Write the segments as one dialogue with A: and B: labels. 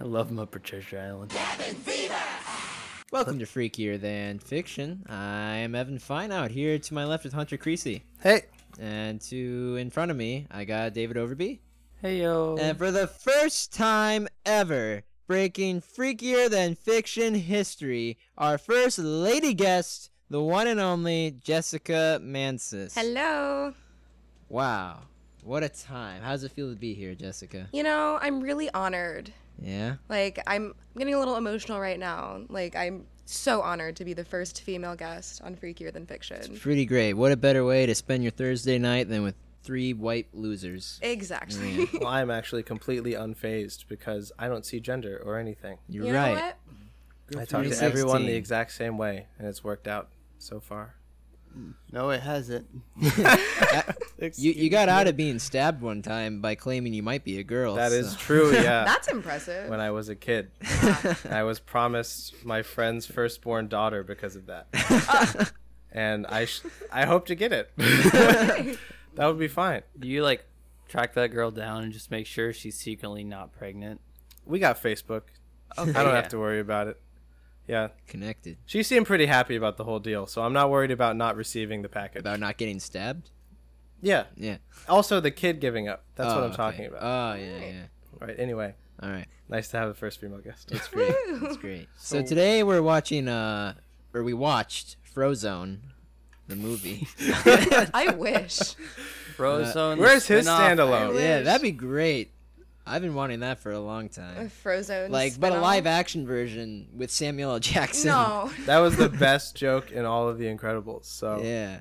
A: I love my Patricia Allen.
B: Welcome to Freakier Than Fiction. I am Evan Fine out here. To my left is Hunter Creasy,
A: Hey,
B: and to in front of me, I got David Overby.
A: hey yo.
B: And for the first time ever, breaking Freakier Than Fiction history, our first lady guest, the one and only Jessica Mansis.
C: Hello.
B: Wow, what a time! How's it feel to be here, Jessica?
C: You know, I'm really honored.
B: Yeah.
C: Like, I'm getting a little emotional right now. Like, I'm so honored to be the first female guest on Freakier Than Fiction.
B: Pretty great. What a better way to spend your Thursday night than with three white losers.
C: Exactly.
A: well, I'm actually completely unfazed because I don't see gender or anything.
B: You're
C: you know
B: right.
C: what?
A: I talk to
B: 316.
A: everyone the exact same way, and it's worked out so far.
D: No, it hasn't.
A: Eh.
B: You, you got out of being stabbed one time by claiming you might be a girl.
A: That is
B: Oh, so-
A: true, yeah.
C: That's impressive.
A: Uh, when I was a kid, I was promised my friend's firstborn daughter because of that. and I, sh- I hope to get it. that would be fine.
E: Do you like track that girl down and just make sure she's secretly not pregnant?
A: We got Facebook. I don't have to worry about it. Yeah.
B: connected.
A: She seemed pretty happy about the whole deal, so I'm not worried about not receiving the package.
B: About not getting stabbed?
A: yeah.
B: Yeah.
A: Also, the kid giving up. That's
B: Oh,
A: what I'm
B: okay.
A: talking about.
B: Oh, yeah, yeah.
A: right. Anyway,
B: All right.
A: nice to have a first female guest.
B: It's great. It's great. So, today we're watching, uh, or we watched Frozone, the movie.
C: I wish.
E: Frozone. the
A: Uh, Where's his
E: spin-off.
A: standalone?
B: yeah,
C: wish.
B: that'd be great. I've been wanting that for a long
C: A
B: time.
C: Frozen.
B: Like, but a
C: spin-off.
B: live action version with Samuel L. Jackson.
C: No.
A: That was the best joke in all of The Incredibles. So
B: Yeah.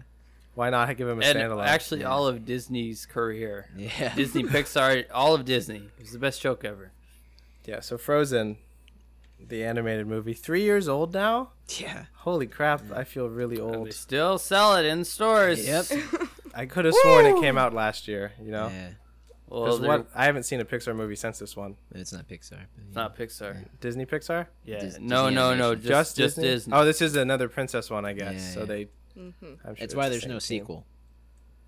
A: why not give him a
E: And
A: standalone?
E: actually, all of Disney's career.
B: Yeah.
E: Disney, Pixar, all of Disney. It was the best joke ever.
A: yeah. So Frozen, the animated movie, three years old now.
B: Yeah.
A: Holy crap! I feel really
E: And They
A: old.
E: still sell it in stores.
B: Yep.
A: I could have sworn it came out last year. You know,
B: Yeah.
E: Well,
A: 'Cause
E: they're-
A: what I haven't seen a Pixar movie since this one.
B: But it's not Pixar. but
E: it's
B: yeah.
E: not Pixar.
A: Disney Pixar.
E: Yeah. no,
B: Dis- Disney
E: no, no.
B: animation.
E: Just, just Disney.
A: Oh, this is another princess one, I guess.
B: Yeah,
A: so
B: yeah.
A: they.
B: Mm-hmm.
A: I'm sure
B: That's why
A: it's
B: there's
A: the
B: no
A: same team.
B: sequel.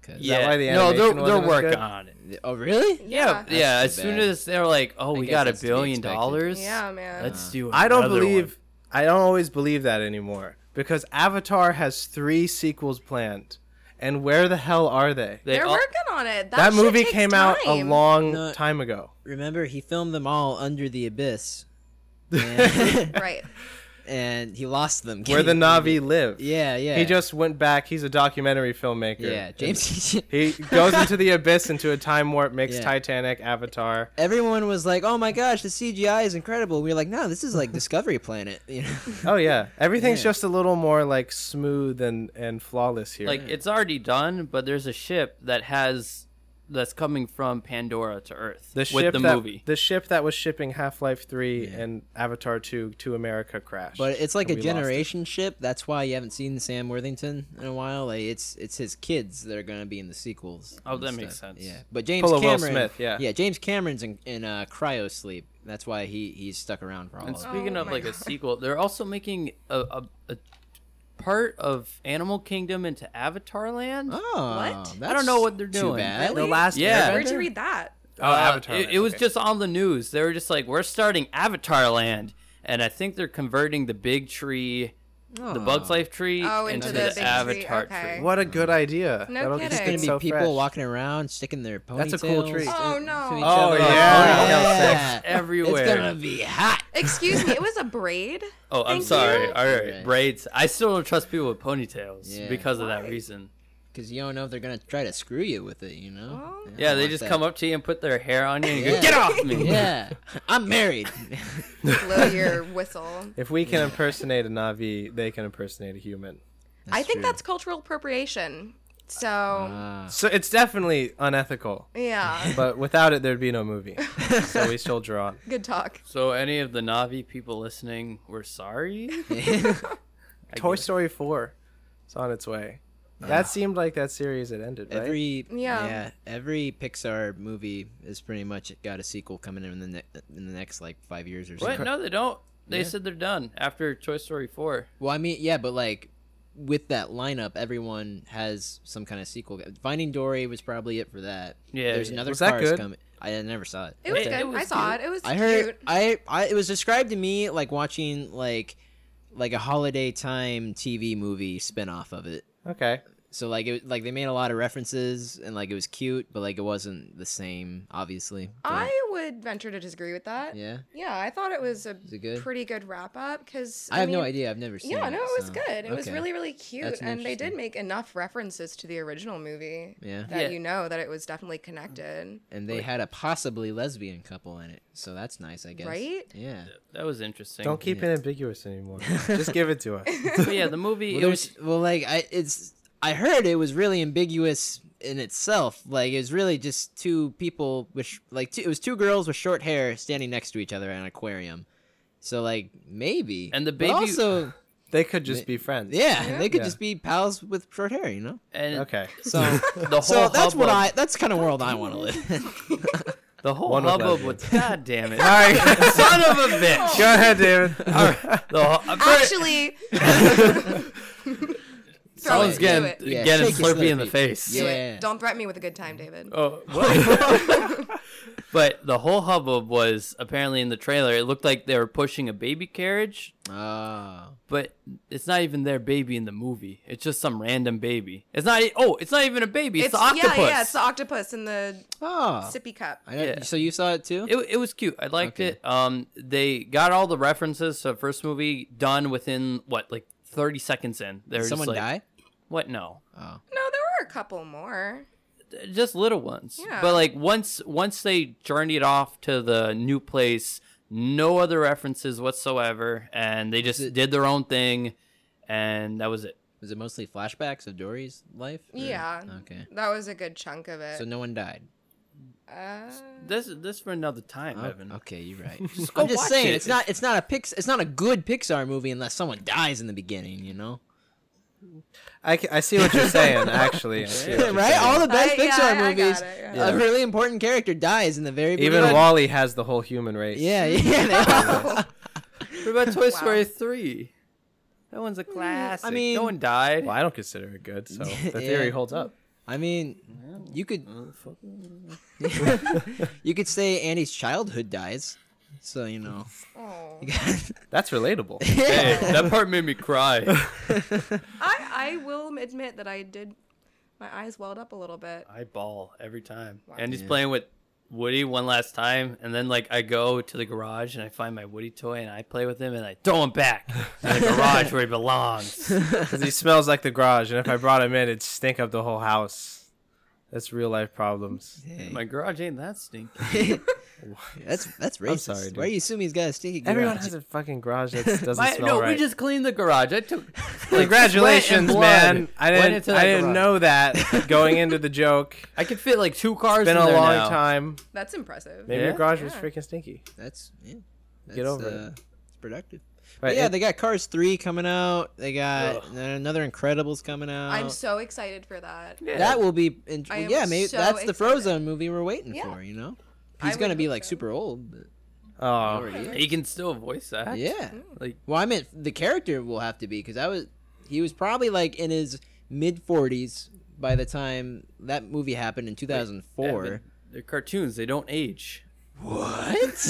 B: 'Cause-
A: that
E: yeah.
A: why the
E: no, they're
A: animation
E: they're
A: wasn't as
E: working
A: good?
E: on it.
B: Oh, really?
C: Yeah.
B: That's
E: yeah.
B: too
E: As soon
B: bad.
E: as they're like, oh,
B: I
E: we
B: guess
E: got a
B: that's to be
E: billion
B: expected.
E: dollars.
C: Yeah, man.
E: Let's do.
A: I don't
E: another one.
A: believe. I don't always believe that anymore because Avatar has three sequels planned, and where the hell are they?
E: They
C: They're
E: all-
C: working on it. That,
A: That,
C: shit
A: movie
C: takes
A: came out a
C: time.
A: long
B: No.
A: time ago.
B: Remember, he filmed them all under the abyss, and,
C: Right.
B: and he lost them.
A: Where the Navi live.
B: Yeah, yeah.
A: He just went back. He's a documentary filmmaker.
B: yeah. James.
A: He goes into the abyss into a time warp, makes
B: Yeah.
A: Titanic, Avatar.
B: Everyone was like, "Oh my gosh, the CGI is incredible." We were like, "No, this is like Discovery Planet." You know?
A: Oh yeah, everything's
B: Yeah.
A: just a little more like smooth and and flawless here.
E: like it's already done but there's a ship that has that's coming from pandora to earth
A: the
E: with
A: ship
E: the
A: that,
E: movie
A: the ship that was shipping Half Life Three and Avatar Two to America crashed.
B: But it's like a
A: And we lost it.
B: generation ship. That's why you haven't seen Sam Worthington in a while. Like it's it's his kids that are gonna be in the sequels.
E: Oh,
B: and
E: that makes sense.
B: Yeah, but James
A: Full of Will
B: Cameron.
A: Smith, yeah.
B: yeah. James Cameron's in, in uh, cryo sleep. That's why he he's stuck around for all.
E: and
B: Of it.
E: speaking
C: Oh
E: of
C: my
E: like a sequel they're also making a, a, a part of animal kingdom into avatar land
B: Oh,
C: What?
B: that's
E: I don't know what they're
B: too
E: doing.
B: bad.
C: Really?
A: last
E: Yeah.
C: Where'd you read that?
A: Oh,
E: Uh,
A: Avatar.
E: it,
A: Land,
E: it was
A: okay.
E: just on the news they were just like we're starting avatar land and i think they're converting the big tree the bugs life tree
C: Oh, into the big tree,
E: avatar
C: okay.
E: tree
A: What a good idea.
C: No
A: That'll
C: kidding. It's
A: just get
B: There's
A: so
B: gonna be people
A: fresh.
B: walking around sticking their ponytails.
A: That's a cool treat.
B: to-
C: Oh,
B: to
C: no.
B: each
A: Oh,
B: other.
A: yeah.
B: Yeah.
E: Sex everywhere.
B: It's gonna be hot.
C: Excuse me. It was a braid.
E: Oh, I'm
C: Thank
E: sorry.
C: you.
E: All right,
B: Okay.
E: braids. I still don't trust people with ponytails
B: Yeah.
E: because of that
C: Why?
E: reason.
B: Because you don't know if they're gonna try to screw you with it. You know.
C: Oh.
B: I
E: Yeah,
B: don't
E: they
B: want
E: just
B: that.
E: come up to you and put their hair on you and
B: Yeah.
E: go, "Get off me!"
B: Yeah, I'm married.
C: Blow your whistle.
A: If we can impersonate a Navi, they can impersonate a human.
C: I think
B: true.
C: that's cultural appropriation. So
B: Ah.
A: So it's definitely unethical.
C: yeah,
A: But without it, there'd be no movie. so we soldier on.
C: good talk.
E: So, any of the Navi people listening, we're sorry. I
A: Toy
E: guess.
A: Story 4 it's on its way. That seemed like that series had ended, right?
B: every yeah.
C: Yeah.
B: every Pixar movie is pretty much got a sequel coming in the ne- in the next like five years or so.
E: What? No, they don't. They
B: Yeah.
E: said they're done after Toy Story four.
B: Well, I mean, yeah, but like with that lineup, everyone has some kind of sequel. Finding Dory was probably it for that.
E: Yeah,
B: there's
E: yeah.
B: another
A: Was that
B: Cars
A: good?
B: coming. I never saw it.
C: It was
E: It-
C: good.
E: it was
C: I saw
E: cute.
C: it. It was
B: I heard
C: cute.
B: I, I it was described to me like watching like like a holiday time TV movie spin off of it.
A: Okay.
B: So like it like they made a lot of references and like it was cute, but like it wasn't the same, obviously. but-
C: I would venture to disagree with that.
B: yeah.
C: Yeah, I thought it was a
B: Is it good?
C: pretty good wrap up because
B: I, have no idea. I've never seen.
C: Yeah, no, it was
B: so-
C: good. It was
B: okay.
C: really, really cute,
B: That's
C: and they did
B: interesting.
C: make enough references to the original movie
B: Yeah.
C: that
E: Yeah.
C: you know that it was definitely connected,
B: And they had a possibly lesbian couple in it, so that's nice, I guess.
C: right?
B: Yeah.
E: That was interesting.
A: Don't keep it ambiguous anymore. Just give it to us.
E: But yeah, the movie.
B: Well,
E: it was,
B: there's well, like I it's I heard it was really ambiguous in itself. Like it was really just two people with sh- like two, it was two girls with short hair standing next to each other at an aquarium. So like maybe
E: And the
B: But
E: baby-
B: also
A: They could just be friends.
B: yeah,
C: Yeah.
B: they could
A: Yeah.
B: just be pals with short hair, you know.
E: and
A: Okay.
B: So
E: The whole
B: so that's what
E: hubbub-
B: I that's kind of world I want to live. in.
E: The whole
A: One with
E: hubbub
A: lesbians.
E: with. God damn it!
A: All right.
E: Son of a bitch!
A: Go ahead, David. All right.
E: The whole, I'm very-
C: Actually, throw
E: Someone's
C: it,
E: getting,
C: do it,
B: Yeah,
E: getting
B: shake your
E: slurpy in the
B: Slurpee.
E: face.
C: do
B: Yeah.
C: it. Don't threaten me with a good time, David.
E: Oh, what? but the whole hubbub was apparently in the trailer. It looked like they were pushing a baby carriage,
B: Oh.
E: but it's not even their baby in the movie. It's just some random baby. It's not. e- Oh, it's not even a baby. It's, the octopus.
C: yeah, yeah, it's the octopus in the
B: Oh.
C: sippy cup.
B: I know,
E: Yeah.
B: So you saw it too?
E: it, it was cute. I liked
B: Okay.
E: it. Um, they got all the references to the first movie done within what, like thirty seconds in. They were
B: Did someone
E: just like,
B: die?
E: What? No.
B: Oh.
C: No, there were a couple more.
E: just little ones.
C: Yeah.
E: But like once once they journeyed off to the new place, no other references whatsoever, and they just
B: Is it-
E: did their own thing, and that was it.
B: Was it mostly flashbacks of Dory's life? or-
C: Yeah.
B: Okay.
C: That was a good chunk of it.
B: So no one died.
C: uh,
E: This this for another time,
B: Oh,
E: Evan.
B: okay, you're right.
E: go
B: I'm just
E: watch
B: saying
E: it.
B: it's not it's not a pix it's not a good Pixar movie unless someone dies in the beginning, you know.
A: I, ca- I see what you're saying, actually. I see what you're
B: right?
A: saying.
B: All the best
C: I- yeah,
B: Pixar
C: I- I got
B: movies,
C: it,
A: yeah.
B: a really important character dies in the very beginning.
A: Even Wally has the whole human race.
B: Yeah, yeah. they all-
E: What about Toy
C: Story
E: three? That one's a classic.
B: Mm, I mean-
E: no one died.
A: Well, I don't consider it good, so the
B: Yeah.
A: theory holds up.
B: I mean, you could you could say Annie's childhood dies. So, you know.
C: oh.
A: That's relatable.
E: Hey, that part made me cry.
C: I, I will admit that I did. My eyes welled up a little bit.
E: I ball every time. And he's playing with Woody one last time, and then like I go to the garage and I find my Woody toy and I play with him and I throw him back in the garage where he belongs.
A: Because he smells like the garage, and if I brought him in, it'd stink up the whole house. That's real life problems.
B: Hey,
E: My garage ain't that stinky.
B: that's that's racist.
A: sorry, dude.
B: Why do you assume he's got a stinky garage?
A: Everyone has a fucking garage that doesn't
E: My,
A: smell
E: no,
A: right.
E: we just cleaned the garage. I took like, sweat and
A: Congratulations,
E: blood
A: man! I
E: went
A: didn't.
E: into
A: I
E: that
A: didn't
E: garage.
A: know that going into the joke.
E: I could fit like two cars.
A: Been
E: in
A: a
E: there
A: long
E: now.
A: time.
C: That's impressive.
A: Maybe
E: Yeah?
A: your garage was
C: Yeah.
A: freaking stinky.
B: That's yeah. That's,
A: over it.
B: uh, It's productive.
A: Right,
B: But yeah,
A: it-
B: they got Cars three coming out. They got another Incredibles coming out.
C: I'm so excited for that.
B: that will be in-
C: I am
B: yeah. Maybe
C: so
B: that's the
C: excited.
B: Frozen movie we're waiting
C: Yeah.
B: for. You know,
C: I
B: he's gonna
C: would
B: be
C: hope
B: like
C: so.
B: super old. But
A: Oh,
E: He can still voice act.
B: yeah,
E: Like
B: well, I meant the character will have to be because I was he was probably like in his mid forties by the time that movie happened in two thousand four.
E: Evan, they're cartoons. They don't age.
B: What?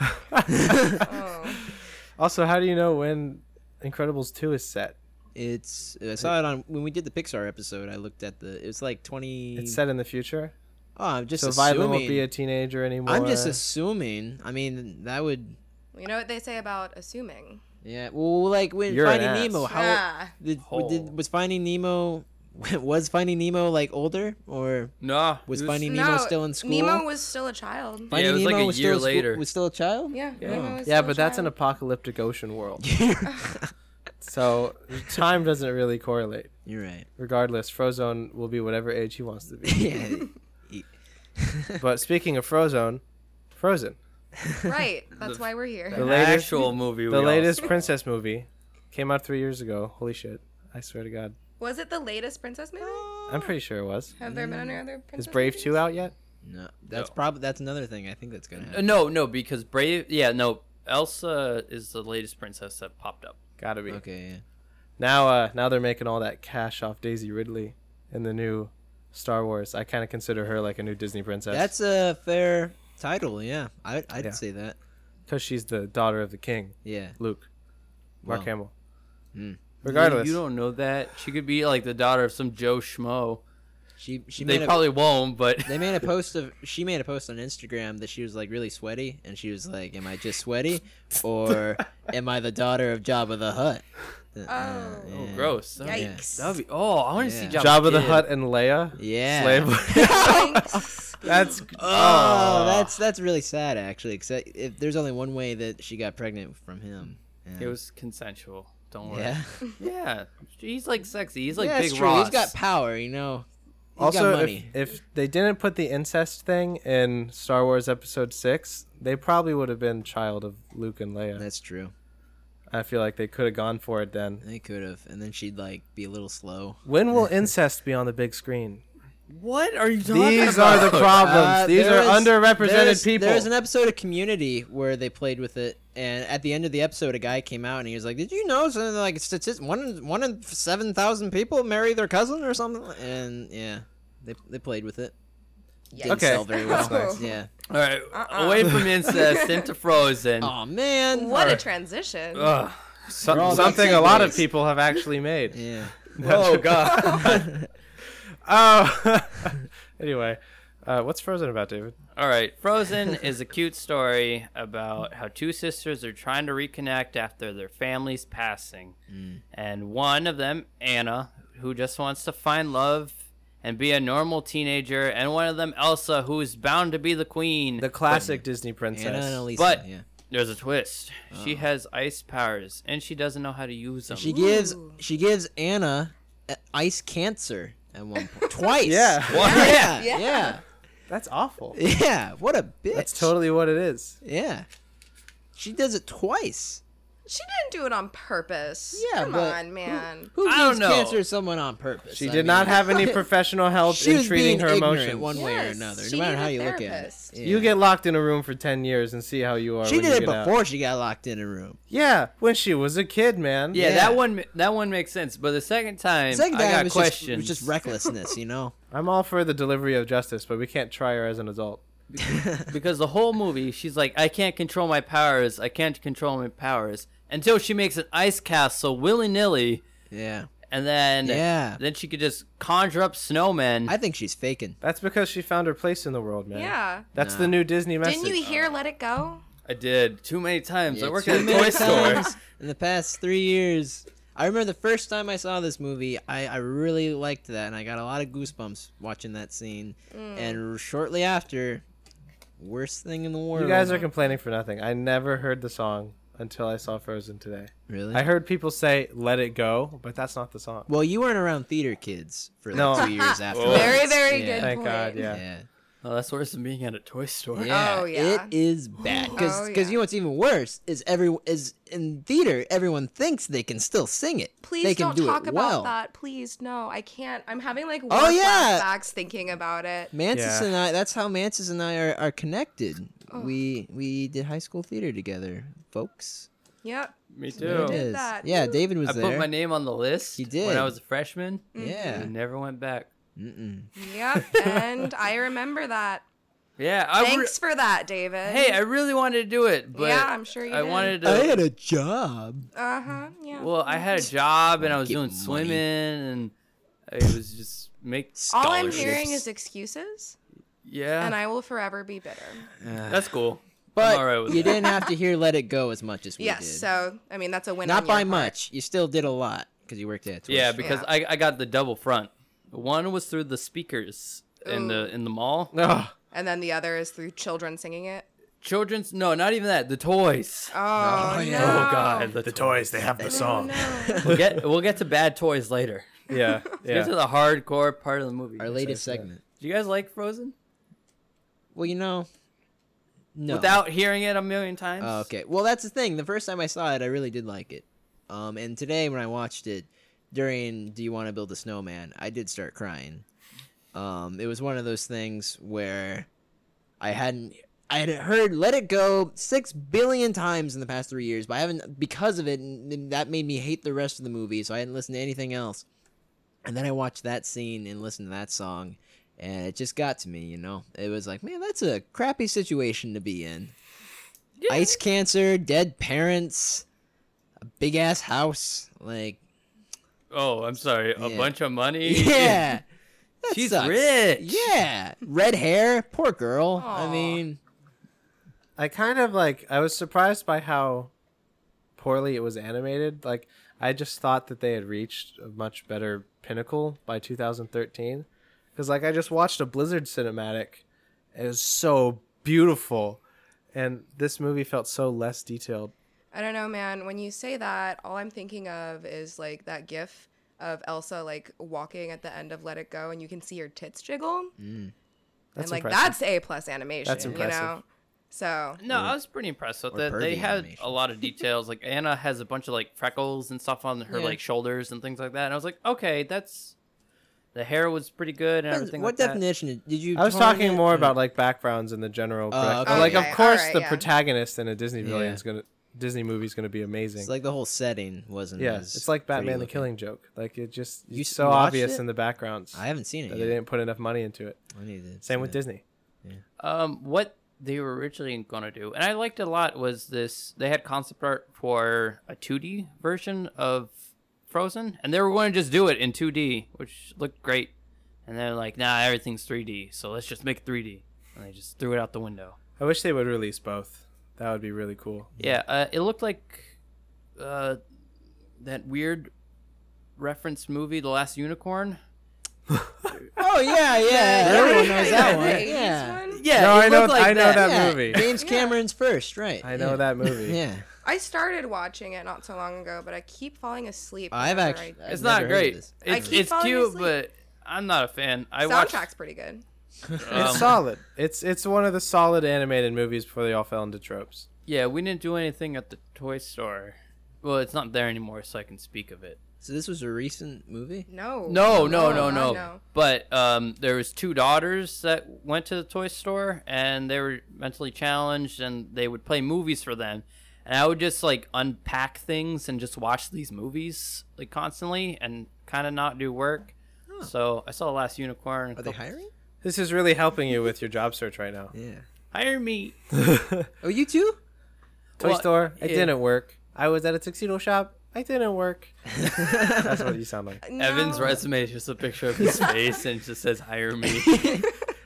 C: Oh.
A: also, how do you know when Incredibles two is set?
B: it's I saw it on when we did the Pixar episode. I looked at the it was like twenty.
A: It's set in the future,
B: oh, I'm just
A: so
B: assuming.
A: Violet won't be a teenager anymore.
B: I'm just assuming. I mean, that would
C: You know what they say about assuming?
B: yeah. Well, like when
A: You're an
B: Finding
A: ass.
B: Nemo, how
C: Ah.
B: did,
E: Oh.
B: did was Finding Nemo was Finding Nemo like older or
E: Nah.
B: Was
E: it
B: Finding Nemo still in school?
C: Nemo was still a child.
B: Finding
E: it was like a
B: still
E: year
B: a school-
E: later.
B: was still a child?
C: Yeah, Nemo was
A: yeah,
C: still a
A: but that's an
C: child.
A: apocalyptic ocean world, so time doesn't really correlate.
B: You're right.
A: Regardless, Frozone will be whatever age he wants to be.
B: Yeah. E
A: but speaking of Frozone, Frozen,
C: right. That's why we're here.
E: The
A: latest-
E: actual movie. we
A: the
E: all
A: latest princess movie, came out three years ago. Holy shit! I swear to God,
C: Was it the latest princess movie?
A: I'm pretty sure it was.
C: Have there been any other
A: Is
C: princess?
A: Brave two out yet?
B: no, that's
E: No.
B: probably that's another thing. I think that's gonna
E: Uh,
B: happen.
E: no, no, because Brave. Yeah, no. Elsa is the latest princess that popped up.
A: Gotta be.
B: Okay.
A: Now, uh, now they're making all that cash off Daisy Ridley in the new Star Wars. I kind of consider her like a new Disney princess.
B: That's a fair title. Yeah, I, I'd
A: Yeah.
B: say that.
A: because she's the daughter of the king,
B: Yeah.
A: Luke, Mark
B: Wow.
A: Hamill.
E: You,
B: hmm.
A: Regardless,
E: don't know that. She could be like the daughter of some Joe Schmo.
B: She she
E: They
B: made a,
E: probably won't, but
B: they made a post of she made a post on Instagram that she was like really sweaty and she was like, "Am I just sweaty, or am I the daughter of Jabba the Hutt?" Uh,
C: Oh.
B: yeah.
E: oh, gross. That'd be-
C: Yikes.
E: that'd be- oh, I want to
B: Yeah.
E: see Jabba,
A: Jabba the
E: Kid.
A: Hutt and Leia.
B: Yeah.
A: Slave.
C: Yikes.
A: That's uh,
B: Oh, that's that's really sad actually. Except if there's only one way that she got pregnant from him. Yeah.
E: It was consensual. Don't worry.
B: yeah.
E: Yeah, he's like sexy. He's like
B: Yeah,
E: big
B: it's true.
E: Ross.
B: He's got power, you know. He's got
A: also if,
B: money.
A: if they didn't put the incest thing in Star Wars Episode Six, they probably would have been child of Luke and Leia.
B: That's true.
A: I feel like they could have gone for it then.
B: They could have, and then she'd like be a little slow.
A: When will incest be on the big screen?
E: what are you talking
A: These
E: about?
A: are the problems.
B: Uh,
A: These
B: there
A: are
B: was-
A: underrepresented
B: there was-
A: people.
B: There was an episode of Community where they played with it, and at the end of the episode, a guy came out and he was like, "Did you know something like statistic one in- one in seven thousand people marry their cousin or something?" And yeah, they they played with it. Didn't
A: Okay,
B: sell very well.
C: that's nice.
B: Yeah.
E: All right,
B: Uh-uh.
E: away from incest into Frozen.
B: Oh man.
C: What a transition.
E: Ugh.
A: Some-
B: We're all
A: something
B: about
A: a lot of
B: takeaways.
A: people have actually made.
B: Yeah.
A: Oh God. oh. anyway, uh, what's Frozen about, David?
E: All right, Frozen is a cute story about how two sisters are trying to reconnect after their family's passing.
B: Mm.
E: And one of them, Anna, who just wants to find love and be a normal teenager, and one of them, Elsa, who is bound to be the queen.
A: The classic Disney princess.
B: Anna and Elisa.
E: But-
B: yeah.
E: There's a twist. She has ice powers, and she doesn't know how to use them.
B: Oh. She gives she gives Anna uh, ice cancer at one point twice.
A: Yeah.
E: What?
B: Yeah.
C: Yeah.
B: Yeah.
A: That's awful.
B: Yeah. What a bitch.
A: That's totally what it is.
B: Yeah. She does it twice.
C: She didn't do it on purpose.
B: Yeah,
C: Come
B: but
C: on, man.
B: Who
E: I don't
B: gives
E: know.
B: cancer to someone on purpose?
A: She
B: I
A: did not
B: mean,
A: have any professional help
B: She
A: in
B: was
A: treating
B: being
A: her
B: ignorant
A: emotions.
B: one way or
C: Yes,
B: another, no
C: she
B: matter
C: needed
B: how
C: a
B: you look at it.
C: therapist.
B: Yeah.
A: You get locked in a room for 10 years and see how you are.
B: she
A: when you
B: did it
A: get out.
B: before she got locked in a room.
A: Yeah, when she was a kid, man.
E: Yeah,
B: Yeah.
E: that one that one makes sense. But the second time,
B: Second
E: I
B: time
E: got
B: was just,
E: questions.
B: it was just recklessness, you know.
A: I'm all for the delivery of justice, but we can't try her as an adult.
E: because the whole movie, she's like, I can't control my powers. I can't control my powers until she makes an ice castle willy nilly,
B: yeah,
E: and then
B: Yeah.
E: then she could just conjure up snowmen.
B: I think she's faking.
A: That's because she found her place in the world, man.
C: Yeah.
A: That's
B: Nah.
A: the new Disney message.
C: Didn't you hear Let It Go?
E: I did too many times. I
B: Yeah,
E: worked
B: too
E: at a
B: many
E: toy store.
B: times in the past three years. I remember the first time I saw this movie, I, I really liked that, and I got a lot of goosebumps watching that scene.
C: Mm.
B: And shortly after, worst thing in the world.
A: You guys are complaining for nothing. I never heard the song until I saw Frozen today.
B: really.
A: I heard people say "Let It Go," but that's not the song.
B: Well, you weren't around theater kids for like
A: No.
B: two years after.
C: Very, very
B: Yeah.
C: good
A: Thank
C: point.
A: God, yeah.
B: Yeah.
E: Oh, that's worse than being at a toy store.
B: Yeah.
C: Oh, yeah.
B: It is bad because
C: Oh, yeah.
B: you know what's even worse is every is in theater everyone thinks they can still sing it.
C: Please
B: they can
C: don't
B: do
C: talk
B: it
C: about
B: well.
C: that. Please, no, I can't. I'm having like
B: Oh,
C: oh,
B: yeah.
C: yeah. flashbacks thinking about it.
B: Mantis
A: Yeah.
B: and I that's how Mantis and I are, are connected. We we did high school theater together, folks.
C: Yep.
E: me
B: There
E: too.
B: it
C: did
B: is.
C: that.
B: Yeah,
C: Woo.
B: David was
E: I
B: there.
E: put my name on the list.
B: You did.
E: when I was a freshman.
C: Mm-hmm.
B: yeah.
E: I never went back.
B: Mm-mm.
C: Yep. and I remember that.
E: Yeah, I re-
C: Thanks for that, David.
E: hey, I really wanted to do it, but
C: Yeah, I'm sure you
E: I
C: did.
E: wanted to.
B: I had a job.
C: Uh huh. Yeah.
E: Well, I had a job and I was
B: Get
E: doing
B: money.
E: swimming and it was just make
C: All I'm hearing
B: Scholarships.
C: is excuses,
E: yeah.
C: and I will forever be bitter.
E: that's cool.
B: But
E: all right with
B: you
E: that.
B: didn't have to hear "Let It Go" as much as we
C: yes.
B: did.
C: So I mean, that's a win. on
B: Not
C: your
B: by
C: part.
B: much. You still did a lot because you worked at. a toy
E: Yeah,
B: store.
E: because I, I got the double front. One was through the speakers in the in the mall.
A: Ugh.
C: And then the other is through children singing it.
E: Children's no, not even that. The toys.
C: Oh,
B: yeah.
C: yeah.
E: Oh god, the, toys.
A: they have the
C: Oh, no.
E: We'll get we'll get to bad toys later.
A: Yeah,
E: Get to
A: yeah.
E: the hardcore part of the movie.
B: our
E: Do
B: latest segment.
E: you guys like Frozen?
B: Well, you know, no.
E: Without hearing it a million times.
B: Oh, okay. Well, that's the thing. The first time I saw it, I really did like it. Um, and today when I watched it during "Do You Want to Build a Snowman," I did start crying. Um, it was one of those things where I hadn't. I had heard "Let It Go" six billion times in the past three years, but I haven't because of it, and that made me hate the rest of the movie. So I hadn't listened to anything else. And then I watched that scene and listened to that song, and it just got to me, you know? It was like, man, that's a crappy situation to be in. Ice cancer, dead parents, a big ass house. Like,
E: Oh, I'm sorry. A
B: Yeah.
E: bunch of money.
B: yeah. that
E: She's
B: sucks.
E: rich.
B: Yeah. Red hair. Poor girl. I
C: Aw.
B: mean,
A: I kind of like I was surprised by how poorly it was animated. Like I just thought that they had reached a much better pinnacle by 2013 cuz like I just watched a Blizzard cinematic. It was so beautiful and this movie felt so less detailed.
C: I don't know, man. When you say that, all I'm thinking of is like that gif of Elsa like walking at the end of Let It Go and you can see her tits jiggle.
A: Mm.
C: and
A: That's
C: like
A: impressive.
C: that's A plus animation.
A: That's impressive.
C: You know? So
E: No, I was pretty impressed with
B: or
E: it. They
B: pervy
E: had
B: animation.
E: a lot of details. Like Anna has a bunch of like freckles and stuff on her
C: Yeah.
E: like shoulders and things like that. And I was like, okay, that's the hair was pretty good and everything.
B: what
E: like
B: definition did you?
A: I was
B: hone in
A: talking
B: it?
A: more about like backgrounds and the general.
B: Oh,
A: correct-
B: okay.
A: Like, of
C: Okay,
A: course,
C: alright,
A: the
C: yeah.
A: protagonist in a Disney villain
B: Yeah.
A: is gonna Disney movie is gonna be amazing.
B: It's like the whole setting wasn't.
A: yeah,
B: as
A: it's like Batman:
B: pretty
A: The
B: looking.
A: Killing Joke. Like it just
B: You
A: it's
B: s-
A: so
B: watched
A: obvious
B: it?
A: in the backgrounds
B: I haven't seen
A: that
B: it
A: they
B: yet.
A: didn't put enough money into it.
B: I need to
A: Same
B: see
A: with
B: it.
A: Disney.
E: that. Um, what they were originally going to do, and I liked a lot, was this. They had concept art for a 2D version of Frozen, and they were going to just do it in 2D, which looked great. And they're like, nah, everything's 3D, so let's just make it 3D. And they just threw it out the window.
A: I wish they would release both. That would be really cool.
E: Yeah, uh, it looked like uh, that weird reference movie, The Last Unicorn.
B: Oh yeah, yeah. Everyone knows that
C: Wait,
B: one.
C: this
B: Yeah.
C: one?
E: Yeah,
A: No, I know- I know that
B: Yeah,
A: movie.
B: James Cameron's first, right?
A: I know
B: yeah.
A: that movie.
B: Yeah,
C: I started watching it not so long ago, but I keep falling asleep.
B: I've
C: whenever
B: actually.
C: I-
E: It's not great. It's,
C: I keep
E: it's
C: falling
E: cute,
C: asleep.
E: but I'm not a fan. I
C: Soundtrack's
E: watched.
C: pretty good.
E: um,
A: It's solid. It's it's one of the solid animated movies before they all fell into tropes.
E: yeah, we didn't do anything at the toy store. Well, it's not there anymore, so I can speak of it.
B: So this was a recent movie.
C: No. Oh,
E: No, no, no,
C: God,
E: no. But um, there was two daughters that went to the toy store, and they were mentally challenged, and they would play movies for them. And I would just like unpack things and just watch these movies like constantly, and kind of not do work. So I saw Last Unicorn.
B: Are they hiring?
A: This is really helping you with your job search right now.
B: Yeah.
E: Hire me.
B: Oh, you too?
A: Toy
E: Well,
A: Store. It
E: yeah.
A: didn't work. I was at a tuxedo shop. I didn't work. That's what you sound like.
C: No.
E: Evan's resume is just a picture of his face, and it just says "hire me."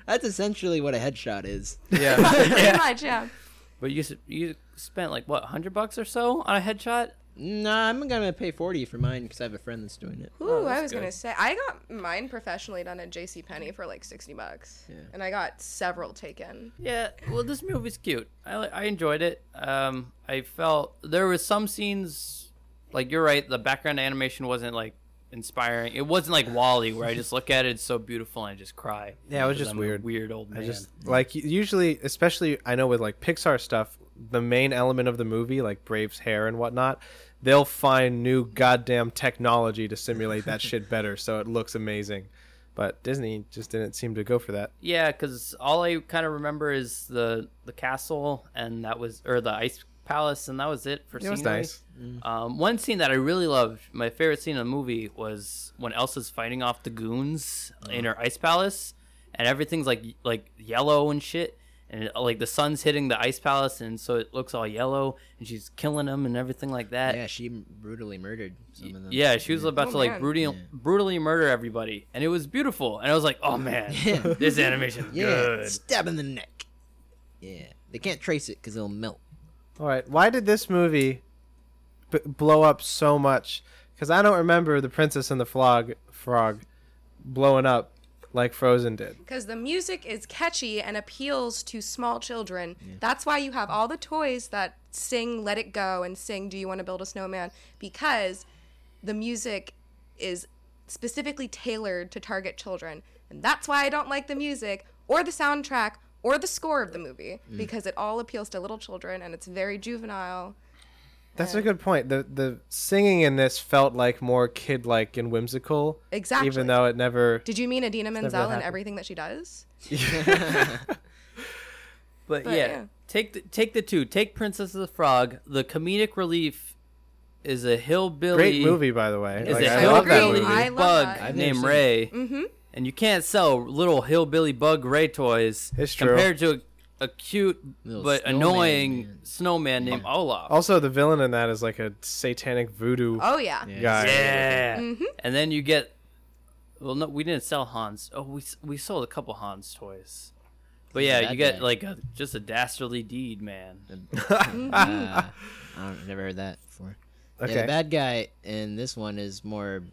B: That's essentially what a headshot is.
A: Yeah.
C: Pretty much, yeah.
E: but you s- you spent like what hundred bucks or so on a headshot.
B: Nah, I'm gonna pay forty for mine because I have a friend that's doing it.
C: Ooh, I
E: Oh, that's
C: was gonna
E: good.
C: say I got mine professionally done at J.C. Penney for like sixty bucks, and I got several taken.
E: Yeah, well, this movie's cute. I li- I enjoyed it. Um, I felt there were some scenes, like you're right, the background animation wasn't like inspiring. It wasn't like Wally, where I just look at it, it's so beautiful, and I just cry.
A: Yeah, it was
E: because
A: just
E: I'm a
A: weird.
E: weird old man.
A: I just like u- usually, especially I know with like Pixar stuff, the main element of the movie, like Brave's hair and whatnot, they'll find new goddamn technology to simulate that shit better, so it looks amazing. But Disney just didn't seem to go for that.
E: Yeah, because all I kind of remember is the the castle, and that was or the ice palace, and that was it for
A: It was
E: scenery.
A: nice.
E: Um, one scene that I really loved, my favorite scene in the movie, was when Elsa's fighting off the goons in her ice palace, and everything's like like yellow and shit, and uh, like the sun's hitting the ice palace, and so it looks all yellow, and she's killing them and everything like that.
B: Yeah, she brutally murdered some of them.
E: Yeah, she was about
C: Oh,
E: to like
C: man.
E: brutally, brutally murder everybody, and it was beautiful. And I was like, "Oh man,
B: Yeah.
E: this animation's
B: Yeah,
E: good."
B: stab in the neck. Yeah, they can't trace it because it'll melt.
A: All right, why did this movie b- blow up so much? Because I don't remember the Princess and the Flog Frog blowing up like Frozen did.
C: Because the music is catchy and appeals to small children. That's why you have all the toys that sing Let It Go and sing Do You Want to Build a Snowman? Because the music is specifically tailored to target children. And that's why I don't like the music or the soundtrack or the score of the movie
B: Mm.
C: because it all appeals to little children and it's very juvenile.
A: That's a good point. The the singing in this felt like more kid like and whimsical.
C: Exactly.
A: Even though it never
C: Did you mean Adina
A: really
C: Menzel and
A: happened.
C: everything that she does?
E: But,
C: But,
E: yeah,
C: yeah.
E: take the, take the two. Take Princess of the Frog, the comedic relief is a hillbilly
A: Great movie, by the way.
E: is
A: Like,
E: a
A: I love that
C: Great.
E: hillbilly
A: movie.
C: I love
E: bug
C: that.
B: I've never
E: named
B: seen it.
E: Ray. Mm-hmm. And you can't sell little hillbilly bug Ray toys
A: It's true.
E: compared to a, a cute
B: Little
E: but
B: snowman,
E: annoying
B: man.
E: snowman named
A: Oh.
E: Olaf.
A: Also, the villain in that is like a satanic voodoo
C: Oh yeah. yeah.
A: guy.
E: Yeah.
C: Mm-hmm.
E: And then you get. Well, no, we didn't sell Hans. Oh, we s- we sold a couple Hans toys. But yeah,
B: that
E: you get
B: guy.
E: like a, just a dastardly deed, man.
C: Mm-hmm.
B: Uh, I don't, never heard that before. Yeah,
A: Okay.
B: the bad guy in this one is more.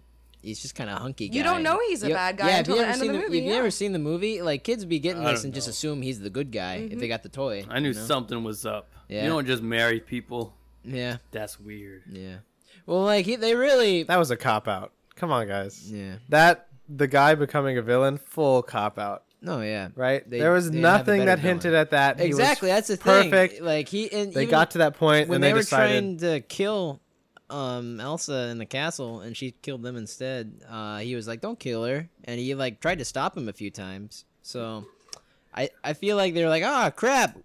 B: He's just kind of hunky. Guy.
C: You don't know he's a bad guy
B: yeah,
C: until
B: if you ever
C: the end of
B: seen
C: the movie,
B: If you
C: yeah.
B: never seen the movie, like kids be getting
E: I
B: this
E: don't
B: and just
E: know.
B: assume he's the good guy if
C: Mm-hmm.
B: they got the toy.
E: I knew
B: you know?
E: something was up.
B: Yeah.
E: You don't just marry people.
B: Yeah,
E: That's weird.
B: yeah. Well, like he, they really.
A: That was a cop out. Come on, guys.
B: Yeah.
A: That the guy becoming a villain, full cop out,
B: No, yeah.
A: right?
B: They-
A: there was
B: they have a
A: nothing
B: better
A: that
B: villain.
A: hinted at that. He was
B: Exactly. That's the thing.
A: perfect.
B: Like he and
A: They
B: even
A: got to that point
B: when
A: and
B: they,
A: they,
B: were trying
A: decided.
B: to kill um Elsa in the castle and she killed them instead, uh he was like, Don't kill her and he like tried to stop him a few times. So I I feel like they're like, Ah crap,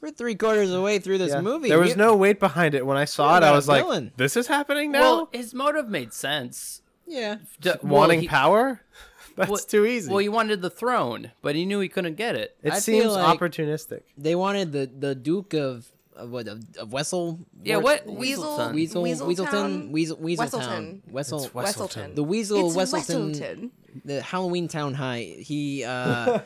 B: we're three quarters of the way through this
A: Yeah.
B: movie.
A: There was
B: We-
A: no weight behind it. When I saw
B: We
A: it, I
B: got a
A: was like,
B: villain.
A: "This is happening now."
E: Well, his motive made sense.
B: Yeah.
E: D- well,
A: Wanting
E: he-
A: power? That's
E: well-
A: too easy.
E: Well, he wanted the throne, but he knew he couldn't get it.
A: it
B: I
A: seems
B: feel like-
A: opportunistic.
B: They wanted the the Duke of of what of, of Wessel
E: Yeah,
B: Wor-
E: what
C: Weasel-
E: Weaselton.
B: Weasel Weaselton
C: Weaseltown?
B: Weasel Weaseltown
C: Wesselton.
B: Wessel
C: Wesselton.
B: the Weasel
C: It's
B: Wesselton,
C: Wesselton.
B: the Halloween Town High. He uh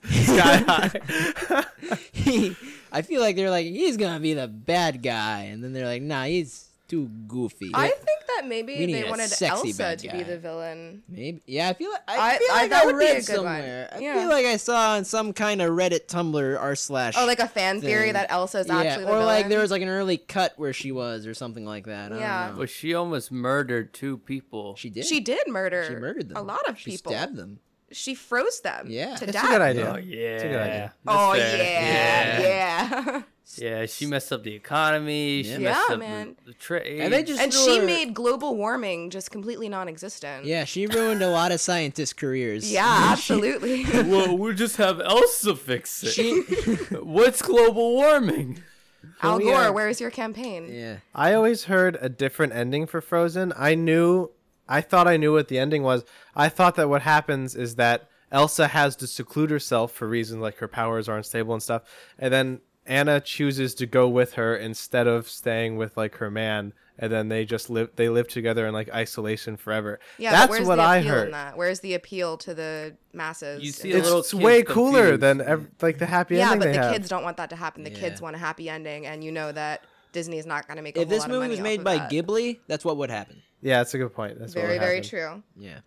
A: Sky high.
B: he, I feel like they're like he's gonna be the bad guy, and then they're like, nah, he's too goofy.
C: I think that maybe
B: We need
C: they
B: a
C: wanted
B: sexy
C: Elsa
B: bad
C: to
B: guy.
C: be the villain.
B: Maybe, yeah. I feel like I,
C: I-
B: feel
C: I-
B: like
C: that
B: I
C: would be a
B: read
C: good one.
B: somewhere. I
C: Yeah.
B: feel like I saw on some kind of Reddit, Tumblr, r slash.
C: Oh, like a fan theory
B: thing.
C: that Elsa is
B: yeah,
C: actually the
B: or
C: villain.
B: like there was like an early cut where she was, or something like that. I
C: Yeah.
B: don't know.
E: Well, she almost murdered two people.
B: she did.
C: she did murder.
B: She murdered them.
C: a lot of
B: she
C: people.
B: Stabbed them.
C: She froze them.
B: Yeah.
C: to
B: That's
A: It's
C: death.
A: a good idea.
E: Oh yeah.
A: a good idea.
E: That's
C: Oh
E: fair.
C: yeah,
E: yeah.
C: yeah.
E: Yeah, she messed up the economy. She
B: Yeah.
E: messed
C: Yeah,
E: up
C: man.
E: the, the trade.
B: And they just
C: and she
B: were-
C: made global warming just completely non-existent.
B: Yeah, she ruined a lot of scientists' careers.
C: Yeah,
B: She-
C: absolutely.
E: well, we'll just have Elsa fix it.
B: She,
E: What's global warming?
C: Al
A: we,
C: Gore,
A: uh,
C: where's your campaign?
B: yeah.
A: I always heard a different ending for Frozen. I knew, I thought I knew what the ending was. I thought that what happens is that Elsa has to seclude herself for reasons like her powers are unstable and stuff, and then Anna chooses to go with her instead of staying with like her man, and then they just live they live together in like isolation forever.
C: Yeah, but
A: that's
C: where's
A: what
C: the
A: I
C: appeal in
A: heard.
C: that? Where's the appeal to the masses?
E: You
C: in
E: see a
C: that?
A: It's,
E: little
A: it's
E: kid's
A: way cooler
E: confused.
A: than ev- like the happy
C: yeah,
A: ending
C: but
A: they
C: the
A: have.
C: kids don't want that to happen. The kids
B: Yeah.
C: want a happy ending, and you know that Disney is not going to make. A
B: If
C: whole
B: this
C: lot of
B: movie
C: money
B: was
C: off
B: made
C: of
B: by
C: that.
B: Ghibli, that's what would happen.
A: yeah, that's a good point. That's what
C: very
A: would
C: very
A: happen.
C: true.
B: Yeah.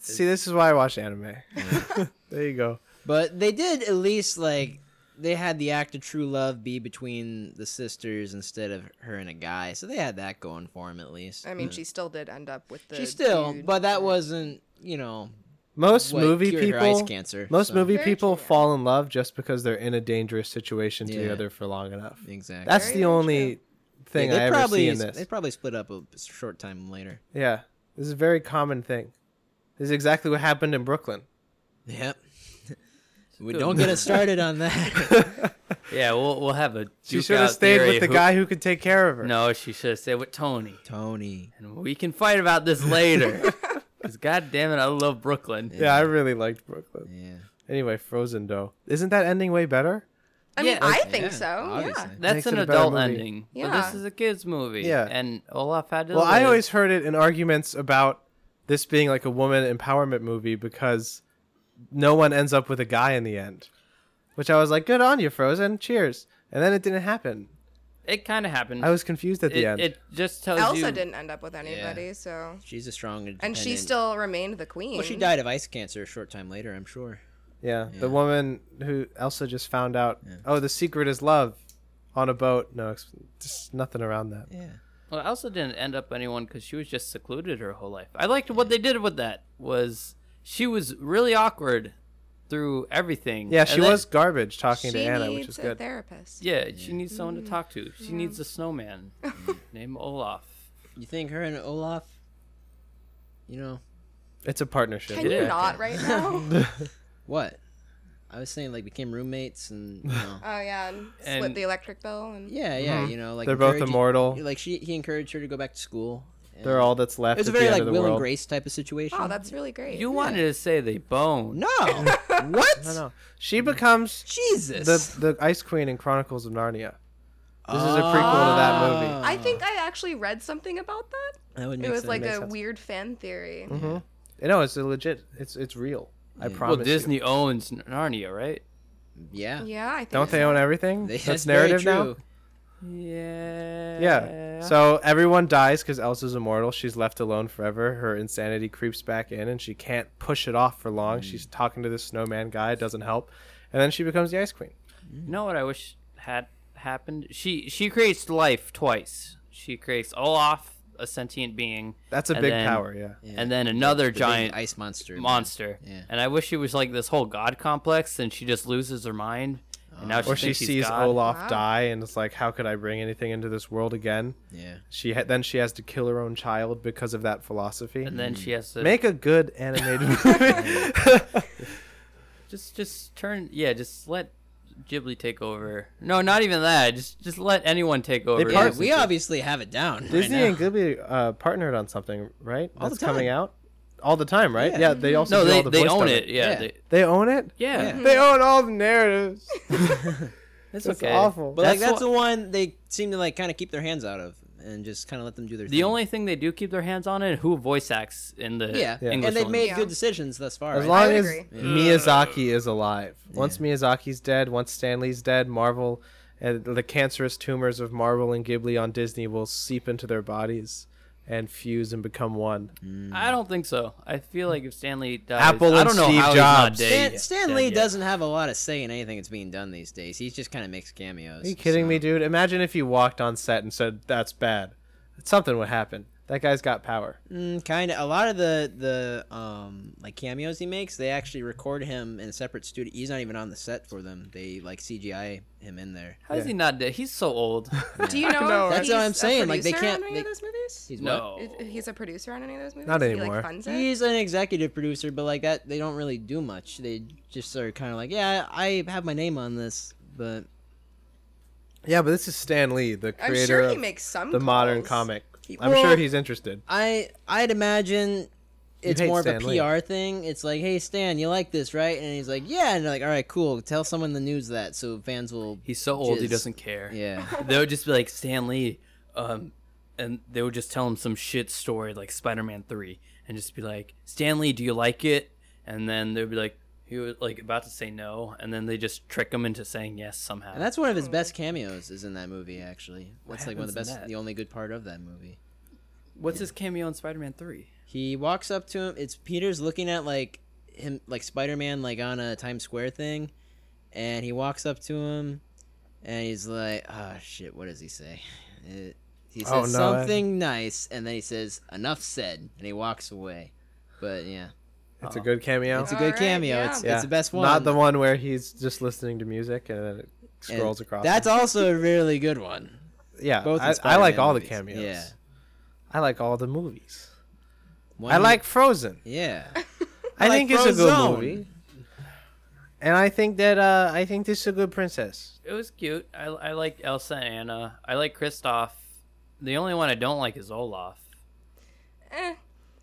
A: See, this is why I watch anime. there you go.
B: But they did at least like they had the act of true love be between the sisters instead of her and a guy, so they had that going for him at least.
C: I mean, she still did end up with the.
B: Hmm. she still,
C: dude.
B: but that wasn't you know
A: Most
B: what
A: movie
B: cured her ice
A: people
B: cancer.
A: Most
B: so-
A: movie
C: Very
A: people
C: true, yeah.
A: fall in love just because they're in a dangerous situation
B: Yeah.
A: together for long enough.
B: exactly.
A: That's
C: Very
A: the
C: true.
A: only thing
B: they
A: I ever
B: probably
A: see in this.
B: they probably split up a short time later.
A: yeah, this is a very common thing. This is exactly what happened in Brooklyn.
B: Yep. we don't get us started on that.
E: Yeah, we'll we'll have a.
A: She
E: duke
A: should have
E: out
A: stayed
E: theory
A: with the
E: who-
A: guy who could take care of her.
E: No, she should have stayed with Tony,
B: Tony.
E: and we can fight about this later. Because God damn it, I love Brooklyn.
A: Yeah, I really liked Brooklyn.
B: Yeah.
A: Anyway, Frozen though, isn't that ending way better?
C: I mean,
E: Yeah,
C: I
E: like-
C: think
B: yeah,
C: so.
B: obviously.
C: Yeah.
E: That's
A: Makes
E: an
A: it a better
E: adult
A: movie.
E: ending, but
C: Yeah.
E: this is a kids movie.
A: Yeah.
E: and Olaf had to.
A: Well, I
E: live.
A: always heard it in arguments about this being like a woman empowerment movie because no one ends up with a guy in the end. Which I was like, good on you, Frozen. Cheers. And then it didn't happen.
E: it kind of happened.
A: I was confused at the
E: it,
A: end.
E: it just tells
C: Elsa
E: you.
C: didn't end up with anybody, so
B: She's a strong
C: and she
B: independent-
C: still remained the queen.
B: Well, she died of ice cancer a short time later, I'm sure.
A: yeah,
B: Yeah.
A: the woman who Elsa just found out. Oh, the secret is love, on a boat. No, ex- just nothing around that.
B: Yeah.
E: Well, Elsa didn't end up anyone because she was just secluded her whole life. I liked what they did with that. Was she was really awkward through everything.
A: Yeah,
E: And
A: she
E: then-
A: was garbage talking
C: She
A: to Anna,
C: needs
A: which is
C: a
A: good.
C: therapist.
E: Yeah, she needs someone to talk to. She needs a snowman named Olaf.
B: You think her and Olaf, you know,
A: It's a partnership.
C: Can you
E: Yeah.
C: not right now?
B: what? I was saying like became roommates and you know,
C: Oh yeah, and,
E: And-
C: split the electric bill and
B: yeah, yeah,
C: Mm-hmm.
B: you know, like
A: They're both
B: encourage-
A: immortal.
B: Like she, he encouraged her to go back to school. and
A: They're all that's left.
B: It was a
A: at the
B: very
A: end
B: like
A: of the
B: will and
A: world.
B: grace type of situation.
C: wow, that's really great.
E: You wanted to say they bone.
B: no, what?
A: No, no. She becomes
B: Jesus.
A: the the Ice Queen in Chronicles of Narnia. This is a prequel to that
E: Ah.
A: movie.
B: uh,
C: I think I actually read something about that.
B: that would make
C: It was
B: sense.
C: like
A: makes
C: a
A: sense. Mm.
C: weird fan theory.
A: No, it's a legit. It's it's real. I
E: Mm-hmm. Well,
A: promise. you.
E: Disney owns Narnia, right?
B: yeah.
C: Yeah, I think.
A: Don't they
C: so.
A: own everything?
B: They-
A: That's, narrative now.
B: true.
E: Yeah.
A: Yeah. So everyone dies because Elsa's immortal. She's left alone forever. Her insanity creeps back in, and she can't push it off for long.
E: Hmm.
A: She's talking to this snowman guy. It doesn't help, and then she becomes the Ice Queen.
E: You know what I wish had happened? She she creates life twice. She creates Olaf, a sentient being.
A: That's a
E: and
A: big
E: then-
A: power. Yeah.
E: And then another
B: The big
E: giant
B: ice monster.
E: monster.
B: Yeah.
E: And I wish she was like this whole god complex, and she just loses her mind. And now she
A: Or she
E: thinks she's
A: sees
E: god.
A: Olaf
C: Wow.
A: die, and it's like, how could I bring anything into this world again?
B: Yeah.
A: She ha- then she has to kill her own child because of that philosophy.
E: And then she has to
A: Make a good animated movie.
E: just just turn. Yeah, just let Ghibli take over. No, not even that. Just just let anyone take over.
B: Yeah,
A: Part-
B: we obviously have it down.
A: Disney
B: right
A: and Ghibli uh, partnered on something, right?
B: All the
A: That's coming
B: time.
A: out all the time, right?
B: Yeah.
A: Yeah, they also
E: no,
A: do
E: they
A: all the
E: they
A: voice
E: own
A: dubbing.
E: it. Yeah.
B: Yeah.
E: They,
A: They own it.
E: yeah.
B: Yeah.
A: They own all the narratives.
E: That's
A: It's
E: okay.
A: awful.
B: But like
E: That's
B: that's
E: wha-
B: the one they seem to like kind of keep their hands out of and just kind of let them do their thing.
E: The only thing they do keep their hands on it who voice acts in the
B: yeah,
A: Yeah.
E: English
B: and they've
E: one.
B: made
C: Yeah.
B: good decisions thus far.
A: as
B: right?
A: long
C: would
A: as
C: agree.
E: Mm.
A: Miyazaki is alive. Once Miyazaki's dead, once Stanley's dead, Marvel and the cancerous tumors of Marvel and Ghibli on Disney will seep into their bodies and fuse and become one.
E: I don't think so. I feel like if Stanley dies,
A: Apple
E: I
A: and
E: don't know
A: Steve
E: how he's not
A: Jobs.
E: dead
B: Stan,
E: yet-
B: Stan
E: dead
B: Lee
E: yet.
B: doesn't have a lot of say in anything that's being done these days. He just kind of makes cameos.
A: Are you kidding
B: so-
A: me, dude? Imagine if you walked on set and said, "That's bad." Something would happen. That guy's got power.
B: Mm, kind of. A lot of the the um like cameos he makes, they actually record him in a separate studio. He's not even on the set for them. They like CGI him in there.
E: How is
A: Yeah.
E: he not dead? He's so old.
C: Do you know? if
B: That's what
C: he's
B: I'm saying,
C: A
B: like, they
C: producer
B: can't-
C: on any
B: they-
C: of those movies.
B: He's what?
E: no.
C: If- if He's a producer on any of those movies.
A: Oh. Not
C: He
A: anymore.
C: like funds it.
B: He's an executive producer, but like that, they don't really do much. They just are kind of like, yeah, I I have my name on this, but
A: Yeah, but this is Stan Lee, the
C: I'm
A: creator
C: sure he
A: of
C: makes some.
A: the modern
C: calls.
A: comic.
B: He-
A: I'm
B: well-
A: sure he's interested.
B: I I'd imagine it's
A: hate
B: more of a
A: Stan Lee.
B: PR thing. It's like, hey Stan, you like this, right? And he's like, yeah. And they're like, all right, cool. Tell someone the news that so fans will.
E: He's so old he
B: Jizz.
E: doesn't care.
B: Yeah.
E: They would just be like Stan Lee, um, and they would just tell him some shit story like Spider-Man Three, and just be like, Stan Lee, do you like it? And then they'd be like, he was like about to say no, and then they just trick him into saying yes somehow.
B: And that's one of his best cameos is in that movie actually. That's like one of the
E: happens in
B: best
E: that?
B: the only good part of that movie.
E: What's his cameo in Spider-Man Three?
B: He walks up to him. It's Peter's looking at like him like Spider-Man like on a Times Square thing and he walks up to him and he's like, "Oh shit, what does he say?" It, he says
A: Oh, no, I-
B: something nice and then he says, "Enough said." And he walks away. But yeah.
A: It's a good cameo.
B: It's a
C: All
B: good
C: right,
B: cameo.
C: yeah.
B: It's
A: Yeah.
B: it's the best one.
A: Not the one where he's just listening to music and then it
B: And
A: scrolls across.
B: That's also a really good one.
A: yeah.
B: Both in
A: I, I like
B: Spider-Man
A: all the
B: movies.
A: cameos.
B: Yeah.
A: I like all the movies.
B: One-
A: I like Frozen.
B: Yeah.
A: I,
B: like
A: think it's a good
B: Frozone.
A: movie. And I think that uh, I think this is a good princess.
E: It was cute. I, I like Elsa and Anna. I like Kristoff. The only one I don't like is Olaf.
C: Eh,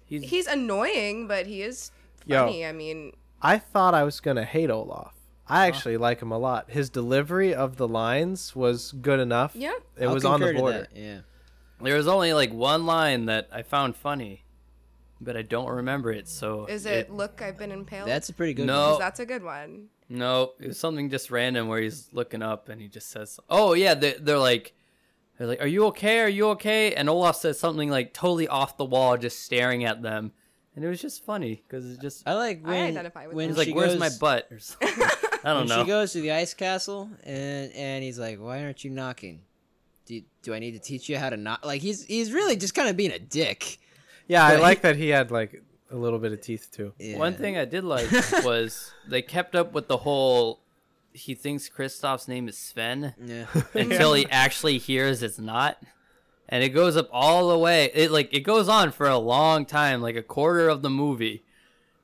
E: He's,
C: he's annoying, but he is
A: Yo.
C: funny. I mean,
A: I thought I was gonna hate Olaf. I actually like him a lot. His delivery of the lines was good enough.
C: Yeah.
A: It
B: I'll
A: was on the
B: concur to
A: border.
B: that, Yeah.
E: there was only like one line that I found funny, but I don't remember it. So
C: is it, look? I've been impaled.
B: That's Oh. a pretty good
E: No.
B: one.
C: 'Cause that's a good one.
E: No, it was something just random where he's looking up and he just says, "Oh yeah." They, they're like, they're like, "Are you okay? Are you okay?" And Olaf says something like totally off the wall, just staring at them, and it was just funny because it just
B: I like when
C: identify with
B: when
C: that.
E: he's
B: Uh, she
E: like, "Where's
B: goes,
E: my butt?" Or something. I don't
B: when
E: know.
B: She goes to the ice castle and and he's like, "Why aren't you knocking? Do you, do I need to teach you how to knock?" Like he's he's really just kind of being a dick.
A: Yeah, I
B: But he-
A: like that he had like a little bit of teeth too.
B: Yeah.
E: One thing I did like was they kept up with the whole. He thinks Kristoff's name is Sven
B: Yeah.
E: until he actually hears it's not, and it goes up all the way. It like it goes on for a long time, like a quarter of the movie,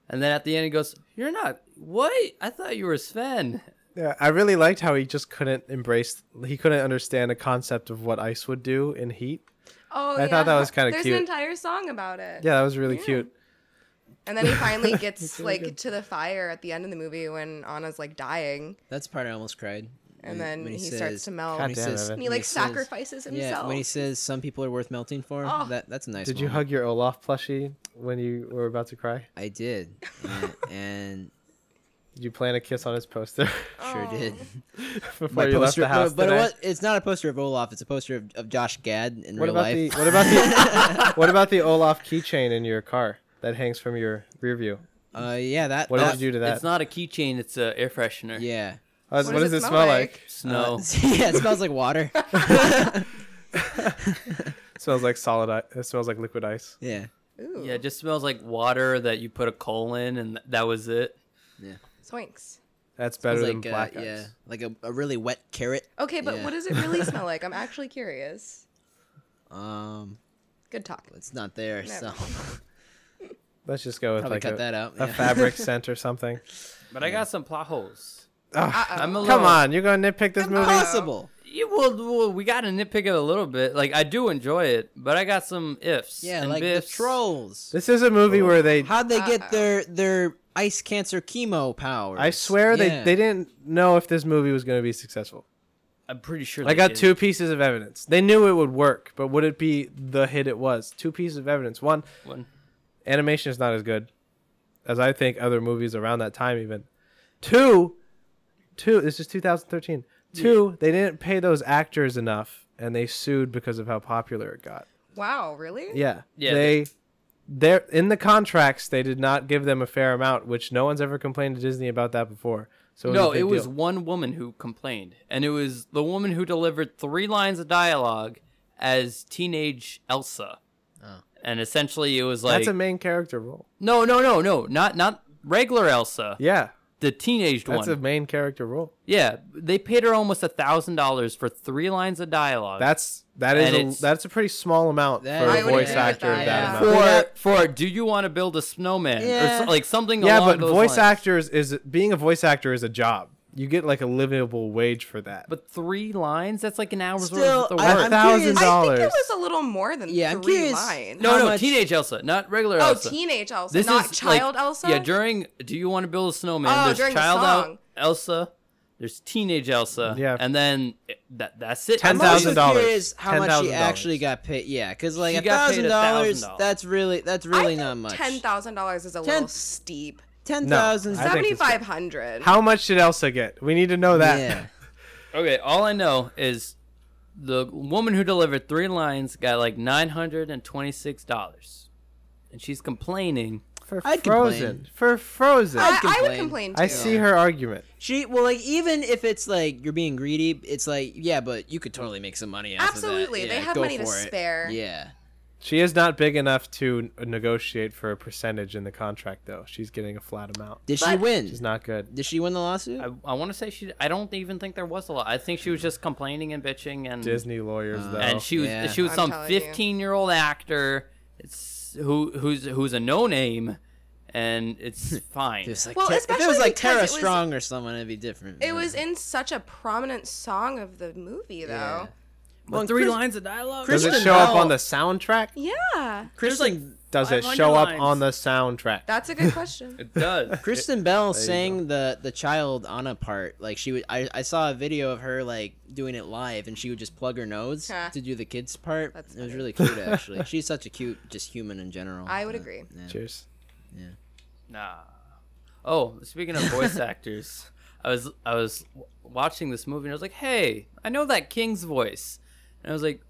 E: and then at the end he goes, "You're not what? I thought you were Sven.
A: Yeah, I really liked how he just couldn't embrace. He couldn't understand the concept of what ice would do in heat.
C: Oh,
A: I thought that was kinda
C: There's
A: cute.
C: an entire song about it.
A: Yeah, that was really
C: Yeah.
A: cute.
C: And then he finally gets like to the fire at the end of the movie when Anna's like dying,
B: That's the part I almost cried. When-
C: and then
B: when
C: he,
B: says-
C: starts to melt,
A: God
B: when he
A: damn,
B: says-
A: Evan.
C: and
A: when
C: he like
B: says-
C: sacrifices himself.
B: Yeah, when he says some people are worth melting for,
C: Oh.
B: that that's a nice.
A: Did you
B: moment.
A: hug your Olaf plushie when you were about to cry?
B: I did, and, and
A: Did you plant a kiss on his poster
B: sure
C: Oh.
B: did.
A: before
B: My
A: you left
B: poster,
A: the house?
B: but it
A: today?
B: was, it's not a poster of Olaf. It's a poster of, of Josh Gad in
A: What
B: real
A: about
B: life.
A: the what about the what about the Olaf keychain in your car that hangs from your rear view?
B: uh, yeah, that.
A: What
B: that,
A: did you do to that?
E: It's not a keychain. It's a air freshener.
B: Yeah.
A: Uh,
C: What
A: what does it smell like?
E: Snow.
B: Uh, yeah, it smells like water.
A: It smells like solid. i- It smells like liquid ice.
B: yeah.
C: Ooh,
E: yeah, it just smells like water that you put a coal in, and th- that was it.
C: Zoinks.
A: That's
B: Smells
A: better than
B: like, uh,
A: black ice.
B: yeah, like a, a really wet carrot.
C: Okay, but
B: Yeah.
C: what does it really smell like? I'm actually curious.
B: Um,
C: Good talk.
B: it's not there,
C: No.
B: so
A: Let's just go with
B: probably
A: like
B: cut
A: a,
B: that out.
A: a
B: yeah.
A: fabric scent or something.
E: But I got some plot holes.
B: Uh,
A: Ugh,
C: Uh-oh.
E: I'm a little,
A: come on, you're gonna nitpick this movie.
B: Impossible.
E: You, well, well, we got to nitpick it a little bit. Like I do enjoy it, but I got some ifs.
B: Yeah,
E: and
B: like
E: biffs.
B: the trolls.
A: This is a movie where they.
B: How'd they
C: Uh-oh.
B: get their their ice cancer chemo powers?
A: I swear
B: Yeah.
A: they they didn't know if this movie was gonna be successful.
E: I'm pretty sure.
A: I
E: they
A: got
E: did.
A: two pieces of evidence. They knew it would work, but would it be the hit it was? Two pieces of evidence. One,
E: One.
A: animation is not as good as I think other movies around that time even. Two, two. This is 2013. Two, they didn't pay those actors enough, and they sued because of how popular it got.
C: Wow, really?
A: Yeah,
E: Yeah,
A: They, they're in the contracts. They did not give them a fair amount, which no one's ever complained to Disney about that before. So
E: no,
A: a big
E: it was
A: deal.
E: one woman who complained, and it was the woman who delivered three lines of dialogue as teenage Elsa.
B: Oh.
E: And essentially, it was like
A: that's a main character role.
E: no, no, no, no, not not regular Elsa,
A: Yeah,
E: the teenaged
A: that's
E: one.
A: a main character role.
E: Yeah, they paid her almost a thousand dollars for three lines of dialogue.
A: That's that
E: And
A: is
E: it's-
A: a, that's a pretty small amount for
B: That- I
A: a
B: would
A: voice
B: agree with
A: actor of
C: that,
A: that
C: yeah.
A: amount.
E: for
B: Yeah.
E: for do you want to build a snowman or
B: Yeah.
E: so, like something?
A: yeah,
E: along
A: but
E: those
A: voice
E: lines.
A: actors is being a voice actor is a job. You get like a livable wage for that.
E: But three lines? That's like an hour's
B: Still,
E: worth of
B: I-
E: work.
B: I'm
A: thousand
B: curious-
C: I think
A: dollars.
C: it was a little more than
B: Yeah, I'm
C: three
B: curious.
C: lines.
E: no,
B: how
E: no,
B: much-
E: teenage Elsa, not regular
C: Oh,
E: Elsa.
C: teenage Elsa,
E: This is
C: not child
E: like,
C: Elsa.
E: Yeah, during Do You Want to Build a Snowman?
C: Oh,
E: there's
C: during the
E: child Al-
C: song.
E: Elsa. There's teenage Elsa.
A: Yeah.
E: and then it- that that's it.
B: I'm also
A: $10,000.
B: curious How much she
A: $10,000.
B: actually got paid? Yeah, because like
E: She
B: a
E: got
B: thousand
E: paid
B: dollars.
E: $1,000.
B: That's really that's
C: I
B: really
C: think
B: not much.
C: Ten thousand dollars is a little steep.
B: Ten
A: No,
B: thousand.
A: I think
C: Seventy
A: it's-
C: five hundred.
A: How much did Elsa get? We need to know that.
B: Yeah.
E: Okay, all I know is the woman who delivered three lines got like nine hundred and twenty-six dollars, and she's complaining.
A: For
B: I'd
A: Frozen.
B: complain.
A: For Frozen.
C: I,
A: I,
B: I'd
C: I would
B: complain.
C: complain too.
A: see her argument.
B: She well, like even if it's like you're being greedy, it's like yeah, but you could totally make some money. Off
C: Absolutely,
B: of that.
C: they
B: Yeah,
C: have
B: go
C: money to
B: for it.
C: spare.
B: Yeah.
A: She is not big enough to n- negotiate for a percentage in the contract, though. She's getting a flat amount.
B: Did she
C: But-
B: win?
A: She's not good.
B: Did she win the lawsuit?
E: I, I want to say she. I don't even think there was a lot. I think she was just complaining and bitching and
A: Disney lawyers, though.
E: Uh, and she was
B: Yeah.
E: she was
C: I'm
E: some
C: telling you.
E: 15 year old actor it's, who who's who's a no name and it's fine
B: Just like
C: Well,
B: Ter- if it
C: especially
B: was like
C: because
B: Tara
C: it was-
B: Strong or someone, it'd be different.
C: It was in such a prominent song of the movie, though.
E: But
B: Well,
E: three
B: Chris-
E: lines of dialogue
A: Does it
B: Kristen
A: show up
B: Bell-
A: on the soundtrack?
C: Yeah,
B: Kristen
A: Does it
E: 500
A: show up
E: lines.
A: on the soundtrack?
C: that's a good question.
E: it does
B: Kristen Bell sang the the child Anna part. Like she would, I, I saw a video of her like doing it live, and she would just plug her nose
C: Huh.
B: to do the kids part.
C: That's
B: it was
C: funny.
B: really cute, actually. She's such a cute, just human in general.
C: I would
B: but-
C: agree.
B: yeah.
A: Cheers.
E: nah oh speaking of voice actors i was i was w- watching this movie and i was like hey i know that king's voice and i was like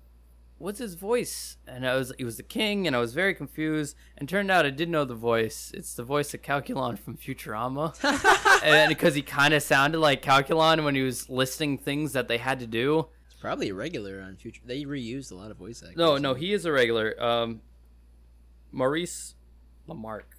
E: what's his voice and i was it was the king and i was very confused and turned out i did know the voice it's the voice of calculon from futurama and because he kind of sounded like Calculon when he was listing things that they had to do.
B: It's probably a regular on future. They reused a lot of voice actors.
E: No, no, he is a regular. Um, Maurice Lamarck.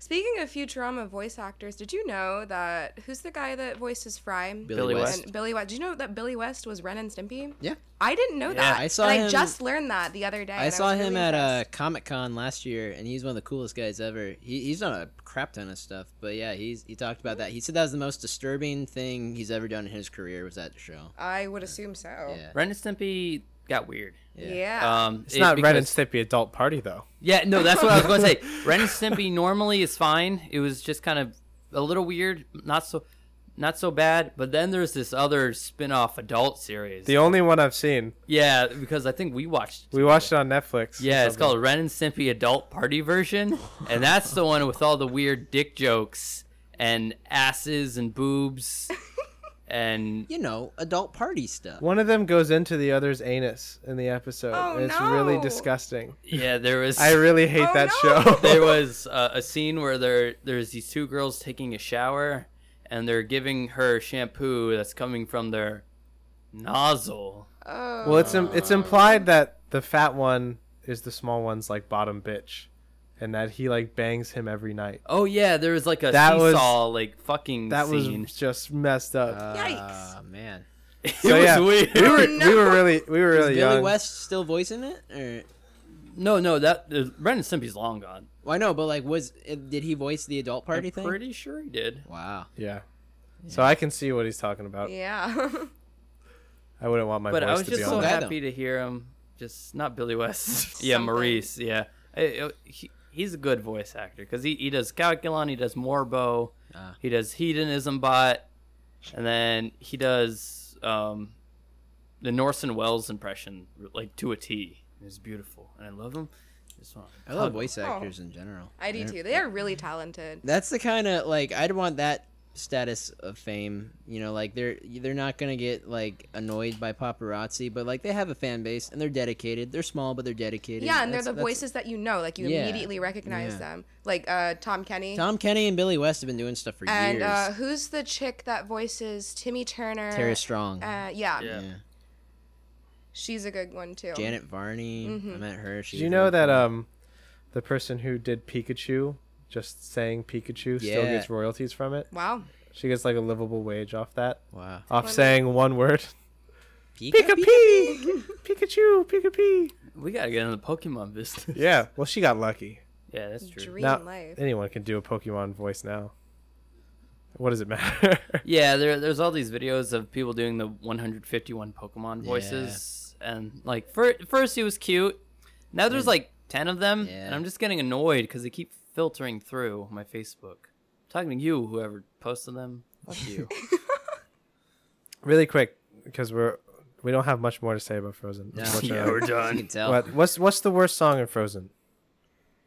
C: Speaking of Futurama voice actors, did you know that who's the guy that voices Fry?
E: Billy West.
C: And Billy West. Did you know that Billy West was Ren and Stimpy?
B: Yeah.
C: I didn't know
E: Yeah,
C: that.
B: I saw
C: and I
B: him-
C: just learned that the other day.
B: I
C: and
B: saw
C: was
B: him
C: really
B: at uh,
C: impressed.
B: Comic Con last year, and he's one of the coolest guys ever. He, he's done a crap ton of stuff, but yeah, he's he talked about that. He said that was the most disturbing thing he's ever done in his career was that show.
C: I would assume so.
B: uh, Yeah,
E: Ren and Stimpy got weird.
B: yeah.
E: Um,
A: It's not Ren and
E: because-
A: Stimpy Adult Party though.
E: Yeah, no, that's what I was going to say. Ren and Stimpy normally is fine. It was just kind of a little weird, not so not so bad. But then there's this other spin-off adult series.
A: The only one I've seen.
E: yeah, because I think we watched.
A: We watched it on Netflix. or
E: Yeah, it's
A: something.
E: called Ren and Stimpy Adult Party Version, and that's the one with all the weird dick jokes and asses and boobs and
B: you know, adult party stuff.
A: One of them goes into the other's anus in the episode.
C: Oh,
A: and it's really
C: no.
A: disgusting.
E: yeah, there was
A: I really hate
C: Oh,
A: that
C: no.
A: show.
E: there was uh, a scene where there there's these two girls taking a shower and they're giving her shampoo that's coming from their nozzle.
C: Oh.
A: well, it's Im- it's implied that the fat one is the small one's like bottom bitch, and that he like bangs him every night.
E: Oh yeah, there was like a
A: That was-
E: seesaw like fucking
A: That
E: scene.
A: was just messed up.
C: Yikes.
B: Ah, man.
E: it
A: so
E: was
A: yeah,
E: weird.
A: we were
C: no.
A: we were really we were really
B: Is Billy
A: young.
B: West still voicing it, or
E: no, no, that uh, Ren and Stimpy's long gone.
B: well, I know, but like, was did he voice the adult party
E: I'm
B: thing?
E: pretty sure he did.
B: Wow.
A: Yeah. So I can see what he's talking about.
C: Yeah.
A: I wouldn't want my
E: but
A: voice
E: I was
A: to
E: just
A: be
E: so
A: on
B: bad,
A: that.
E: happy to hear him. Just not Billy West. yeah,
C: Something.
E: Maurice. Yeah, I- I- he, he's a good voice actor because he, he does Calculon, he does Morbo,
B: Ah.
E: he does Hedonism Bot, and then he does um, the Norson Wells impression like to a T. It's beautiful, and I love him. Just want-
B: I love
E: hug-
B: voice actors in general.
C: Oh. I do
B: They're-
C: too. They are really talented.
B: That's the kind of like I'd want that status of fame. You know, like they're they're not gonna get like annoyed by paparazzi, but like they have a fan base and they're dedicated. They're small, but they're dedicated.
C: Yeah, and they're
B: That's-
C: the
B: that's-
C: voices that you know. Like you
B: Yeah.
C: immediately recognize
B: Yeah.
C: them. Like uh, Tom Kenny.
B: Tom Kenny and Billy West have been doing stuff for
C: and
B: years.
C: uh, who's the chick that voices Timmy Turner?
B: Tara Strong,
C: Uh, yeah,
E: Yeah.
B: yeah.
C: she's a good one too.
B: Janet Varney.
C: Mm-hmm.
B: I met her. She
A: Did you
B: was
A: know
B: really
A: that
B: cool.
A: um the person who did Pikachu just saying Pikachu
B: Yeah.
A: still gets royalties from it?
C: Wow.
A: She gets like a livable wage off that.
B: Wow.
A: Off
C: Funny.
A: saying one word.
B: Pika
A: Pika
B: Pika?
A: Pee Pikachu Pika Pee.
E: We gotta get in the Pokemon business.
A: Yeah. Well she got lucky.
E: yeah, that's true.
C: Dream
A: Now
C: life.
A: anyone can do a Pokemon voice now. What does it matter?
E: Yeah, there, there's all these videos of people doing the 151 Pokemon
B: Yeah.
E: voices, and like fir- first it was cute. Now there's like 10 of them, and
B: Hmm. Yeah.
E: I'm just getting annoyed because they keep filtering through my Facebook. talking to you, whoever posted them. Fuck you.
A: really quick, because we're we don't have much more to say about Frozen.
B: No.
A: unfortunately.
E: yeah, we're
B: You
E: done.
B: can tell.
A: What, what's what's the worst song in Frozen?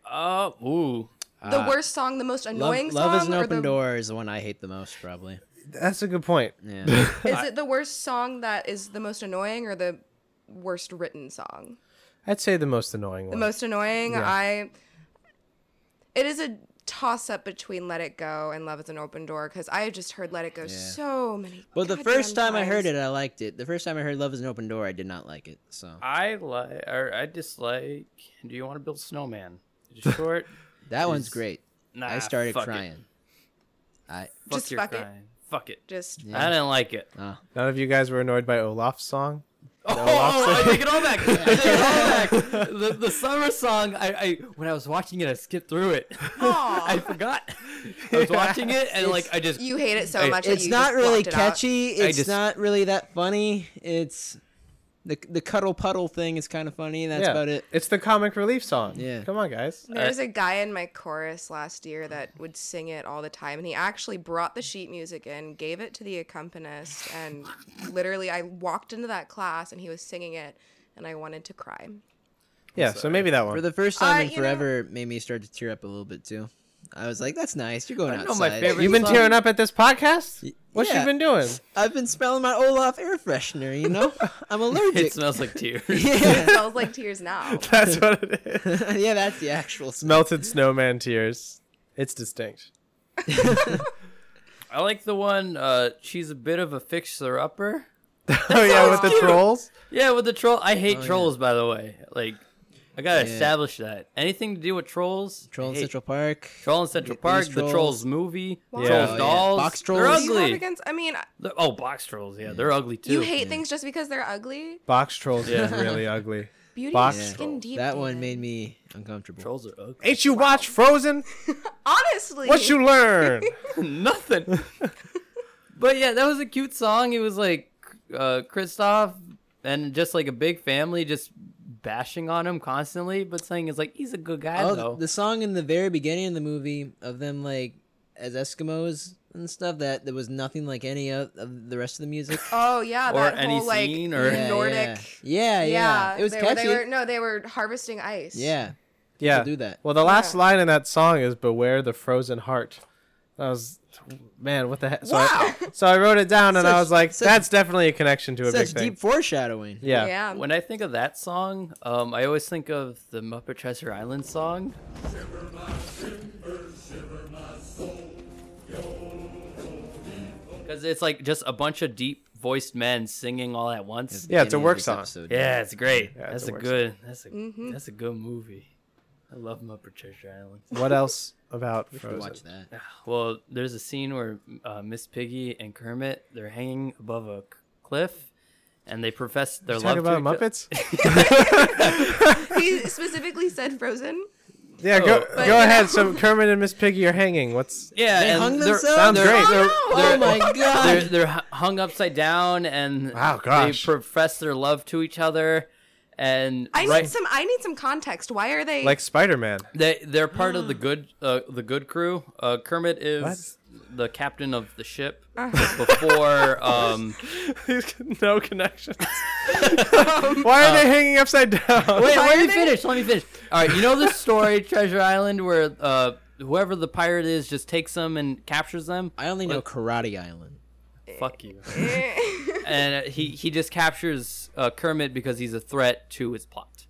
E: Oh, ooh,
C: the
B: Uh,
C: worst song, the most
B: Love,
C: annoying song.
B: Love is an
C: or
B: open
C: the,
B: door is the one I hate the most, probably.
A: That's a good point.
B: Yeah.
C: Is it the worst song that is the most annoying, or the worst written song?
A: I'd say the most annoying
C: The
A: one.
C: most annoying.
A: Yeah.
C: I. It is a toss up between "Let It Go" and "Love Is an Open Door" because I have just heard "Let It Go" so many.
B: Well, the
C: goddamn
B: first time I heard
C: times.
B: it, I liked it. The first time I heard "Love Is an Open Door," I did not like it. So
E: I like or I dislike. Do you want to build a snowman? It's short.
B: that one's
E: Is-
B: great.
E: Nah,
B: I started
E: fuck it.
B: crying. I
E: Fuck
C: Just
E: your
C: fuck it.
E: crying. Fuck it.
C: just
E: I didn't like it.
B: oh,
A: None of you guys were annoyed by Olaf's song.
E: Oh, I take it all back. I take it all back. The, the summer song. I, I when I was watching it, I skipped through it. I forgot. I was watching it and like I just
C: you hate it so
E: Hey,
C: much. that
B: it's
C: you
B: not
C: just
B: really
C: blocked it out.
B: catchy. It's
E: just-
B: not really that funny. It's the the cuddle puddle thing is kind of funny. That's
A: yeah,
B: about it.
A: It's the comic relief song.
B: Yeah.
A: come on, guys.
C: There
B: Uh,
C: was a guy in my chorus last year that would sing it all the time, and he actually brought the sheet music in, gave it to the accompanist, and literally, I walked into that class and he was singing it, and I wanted to cry.
A: Yeah, so maybe that
B: For
A: one.
B: the first time
C: Uh,
B: in
C: you know-
B: forever, it made me start to tear up a little bit too. I was like, "That's nice. You're going
E: I know
B: outside."
E: my favorite-
A: You've been
E: song.
A: tearing up at this podcast. What
B: yeah.
A: you been doing?
B: I've been smelling my Olaf air freshener. You know, I'm allergic.
E: it smells like tears.
C: It
B: yeah,
C: smells like tears now.
A: That's what it is.
B: yeah, that's the actual smell.
A: Melted snowman tears. It's distinct.
E: I like the one. Uh, she's a bit of a fixer upper.
A: oh yeah, with the trolls.
E: Yeah, with the troll. I hate
B: Oh, yeah.
E: trolls, by the way. Like I gotta
B: Yeah.
E: establish that. Anything to do with trolls?
B: Troll in
E: hey,
B: Central Park.
E: Troll in Central
B: These
E: Park, the
B: trolls.
E: Trolls movie,
C: Yeah.
E: Trolls
C: Oh, yeah.
E: dolls.
B: Box
E: They're
B: trolls.
C: Do you have
E: ugly.
C: against? I mean,
E: They're- oh, box trolls. Yeah, they're ugly too.
C: you hate things just because they're ugly.
A: Box trolls is
E: Yeah.
A: really ugly.
C: Beauty
A: Box
C: is skin
A: trolls.
C: deep.
B: That one
C: David.
B: made me uncomfortable.
E: trolls are ugly.
A: Ain't you watch Frozen?
C: honestly.
A: What you learn?
E: Nothing. but yeah, that was a cute song. It was like uh Kristoff and just like a big family just bashing on him constantly, but saying it's like he's a good guy
B: Oh,
E: though.
B: the song in the very beginning of the movie of them like as Eskimos and stuff that there was nothing like any of, of the rest of the music.
C: Oh yeah,
E: Or
C: that
E: any
C: whole like
E: scene or-
B: yeah,
C: Nordic.
B: Yeah, yeah.
C: Yeah.
B: yeah. It was
C: they, were-
B: catchy.
C: They were, no, they were harvesting ice.
B: Yeah,
A: yeah.
B: do that.
A: Well, the last
C: Yeah.
A: line in that song is "Beware the frozen heart." That was, man, what the heck? So, I, so I wrote it down and I
B: Such-
A: was like,
B: such-
A: "That's definitely a connection to a big
B: Such
A: thing."
B: deep foreshadowing.
A: Yeah.
C: Yeah.
E: When I think of that song, um, I always think of the Muppet Treasure Island song. Because it's like just a bunch of deep voiced men singing all at once.
A: Yeah, it's
B: Beginning
A: a
B: of
A: work
B: this
A: song.
B: episode.
E: Yeah, it's great.
A: Yeah,
E: that's
A: it's Mm-hmm.
E: a
A: a work
E: good. That's a that's a good movie. I love Muppet Treasure Island.
A: What else about
B: We should
A: Frozen?
B: watch that.
E: Well, there's a scene where uh, Miss Piggy and Kermit they're hanging above a c- cliff, and they profess their love
A: Talking about
E: to each o-
A: Muppets?
C: he specifically said frozen.
A: yeah, go
E: Oh.
A: go
C: But-
A: ahead. So Kermit and Miss Piggy are hanging. What's
E: Yeah,
B: They
E: and
B: hung
E: they're-
B: themselves?
A: sounds
E: they're-
A: great.
B: Oh,
E: they're-
B: my
E: they're
B: god!
E: they're hu- hung upside down and
A: Wow, gosh.
E: they profess their love to each other and
C: I
E: right
C: need some. I need some context. Why are they?
A: Like Spider Man.
E: they they're part of the good uh, the good crew uh, Kermit is the captain of the ship before um
A: no connections. Why are they hanging upside down?
E: Uh, wait
C: Why
E: let
C: are
E: me
C: they-
E: finish let me finish all right you know the story Treasure Island where uh whoever the pirate is just takes them and captures them
B: I only know Karate Island.
E: fuck you and uh, he he just captures uh, Kermit because he's a threat to his plot.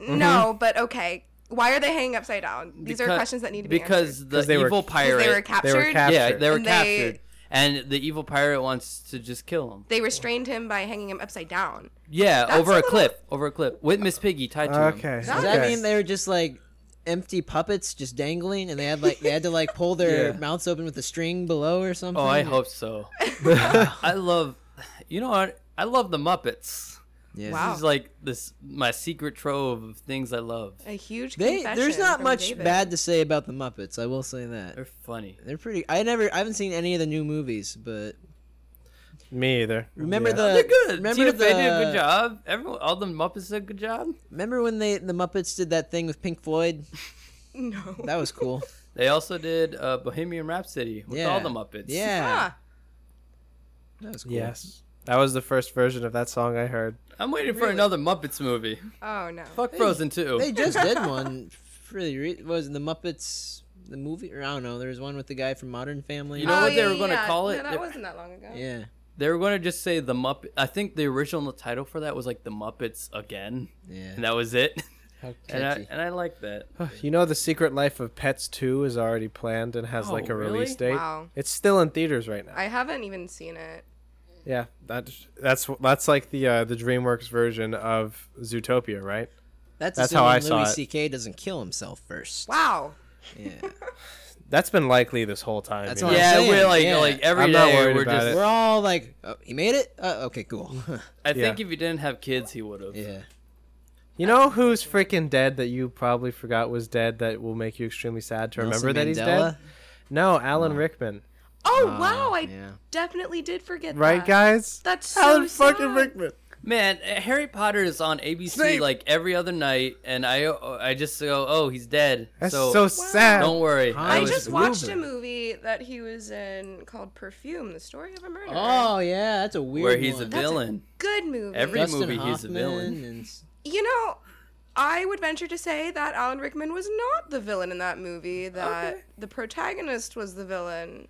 C: no, but okay. Why are they hanging upside down? These are
E: Because-
C: questions that need to be
E: because
C: answered.
E: the
A: 'Cause they were-
E: evil
A: 'Cause
E: pirate.
C: they were captured.
A: They were captured.
E: Yeah, they were
C: And they-
E: captured, and the evil pirate wants to just kill him.
C: They restrained him by hanging him upside down.
E: Yeah,
C: That's
E: over
C: a
E: a,
C: little-
E: cliff, over a cliff with Miss Piggy tied to him.
A: Okay.
C: Does
B: Does that mean they were just like empty puppets just dangling, and they had like they had to like pull their
A: Yeah.
B: mouths open with a string below or something?
E: Oh, I hope so. I love, you know what? I love the Muppets.
B: Yeah.
C: Wow.
E: This is like this my secret trove of things I love.
C: A huge
B: They
C: confession
B: there's not
C: from
B: much
C: David.
B: bad to say about the Muppets. I will say that
E: They're funny.
B: they're pretty. I never I haven't seen any of the new movies, but
A: Me either.
B: remember
A: Yeah.
B: the
E: They're good.
B: Uh, remember
E: Tina
B: the
E: Fey did a good job. Everyone, all the Muppets did a good job.
B: remember when they the Muppets did that thing with Pink Floyd?
C: No.
B: That was cool.
E: They also did uh, Bohemian Rhapsody with
B: yeah,
E: all the Muppets. Ah.
B: Yeah,
C: Huh.
B: that was cool.
A: Yes. That was the first version of that song I heard.
E: I'm waiting for another Muppets movie.
C: Oh no.
E: Fuck Frozen 2.
B: They just did one. Really, re- was it the Muppets the movie? Or I don't know. There was one with the guy from Modern Family.
E: You know
C: Oh,
E: what they
C: yeah,
E: were gonna
C: yeah.
E: call it?
C: No,
E: They-
C: that wasn't that long ago.
B: yeah.
E: They were going to just say the Muppet. I think the original title for that was like the Muppets again,
B: Yeah.
E: and that was it.
B: How
E: And I,
B: catchy.
E: and I like that.
A: You know, The Secret Life of Pets 2 is already planned and has
E: Oh,
A: like a
E: really?
A: release date.
C: Wow.
A: It's still in theaters right now.
C: I haven't even seen it.
A: yeah, that that's that's like the uh, the DreamWorks version of Zootopia, right?
B: that's
A: that's how I
B: assuming
A: saw
B: Louis
A: it.
B: C.K. doesn't kill himself first.
C: Wow.
B: Yeah.
A: That's been likely this whole time.
B: That's
A: you
B: what
A: know?
B: I'm
E: yeah,
B: saying,
E: we're like
B: Oh, yeah.
E: like every
A: I'm not
E: day
A: worried
E: we're
A: about
E: just.
A: it.
B: We're all like, oh, he made it. Uh, okay, cool.
E: I think
A: Yeah.
E: if you didn't have kids, he would have.
B: yeah.
A: You know who's freaking dead that you probably forgot was dead that will make you extremely sad to remember
B: Nelson
A: that he's dead?
B: Mandela?
A: No, Alan Rickman.
C: Oh wow, I
B: yeah.
C: definitely did forget
A: Right,
C: that.
A: guys?
C: That's so
A: Alan fucking
C: sad.
A: Rickman.
E: Man, uh, Harry Potter is on ABC
A: Snape.
E: like every other night, and I uh, I just go, oh, he's dead.
A: That's so,
E: so
A: sad.
E: don't worry.
B: Huh?
E: I
C: I
E: was-
C: just
B: a
C: watched a
B: movie.
C: movie that he was in called Perfume: The Story of a Murder.
B: Oh yeah, that's a weird.
E: where he's a
B: one.
C: That's a
E: villain.
C: good movie.
E: Every-
B: Dustin
E: movie, he's a villain.
B: Hoffman and s-
C: you know, I would venture to say that Alan Rickman was not the villain in that movie. That
E: Okay.
C: the protagonist was the villain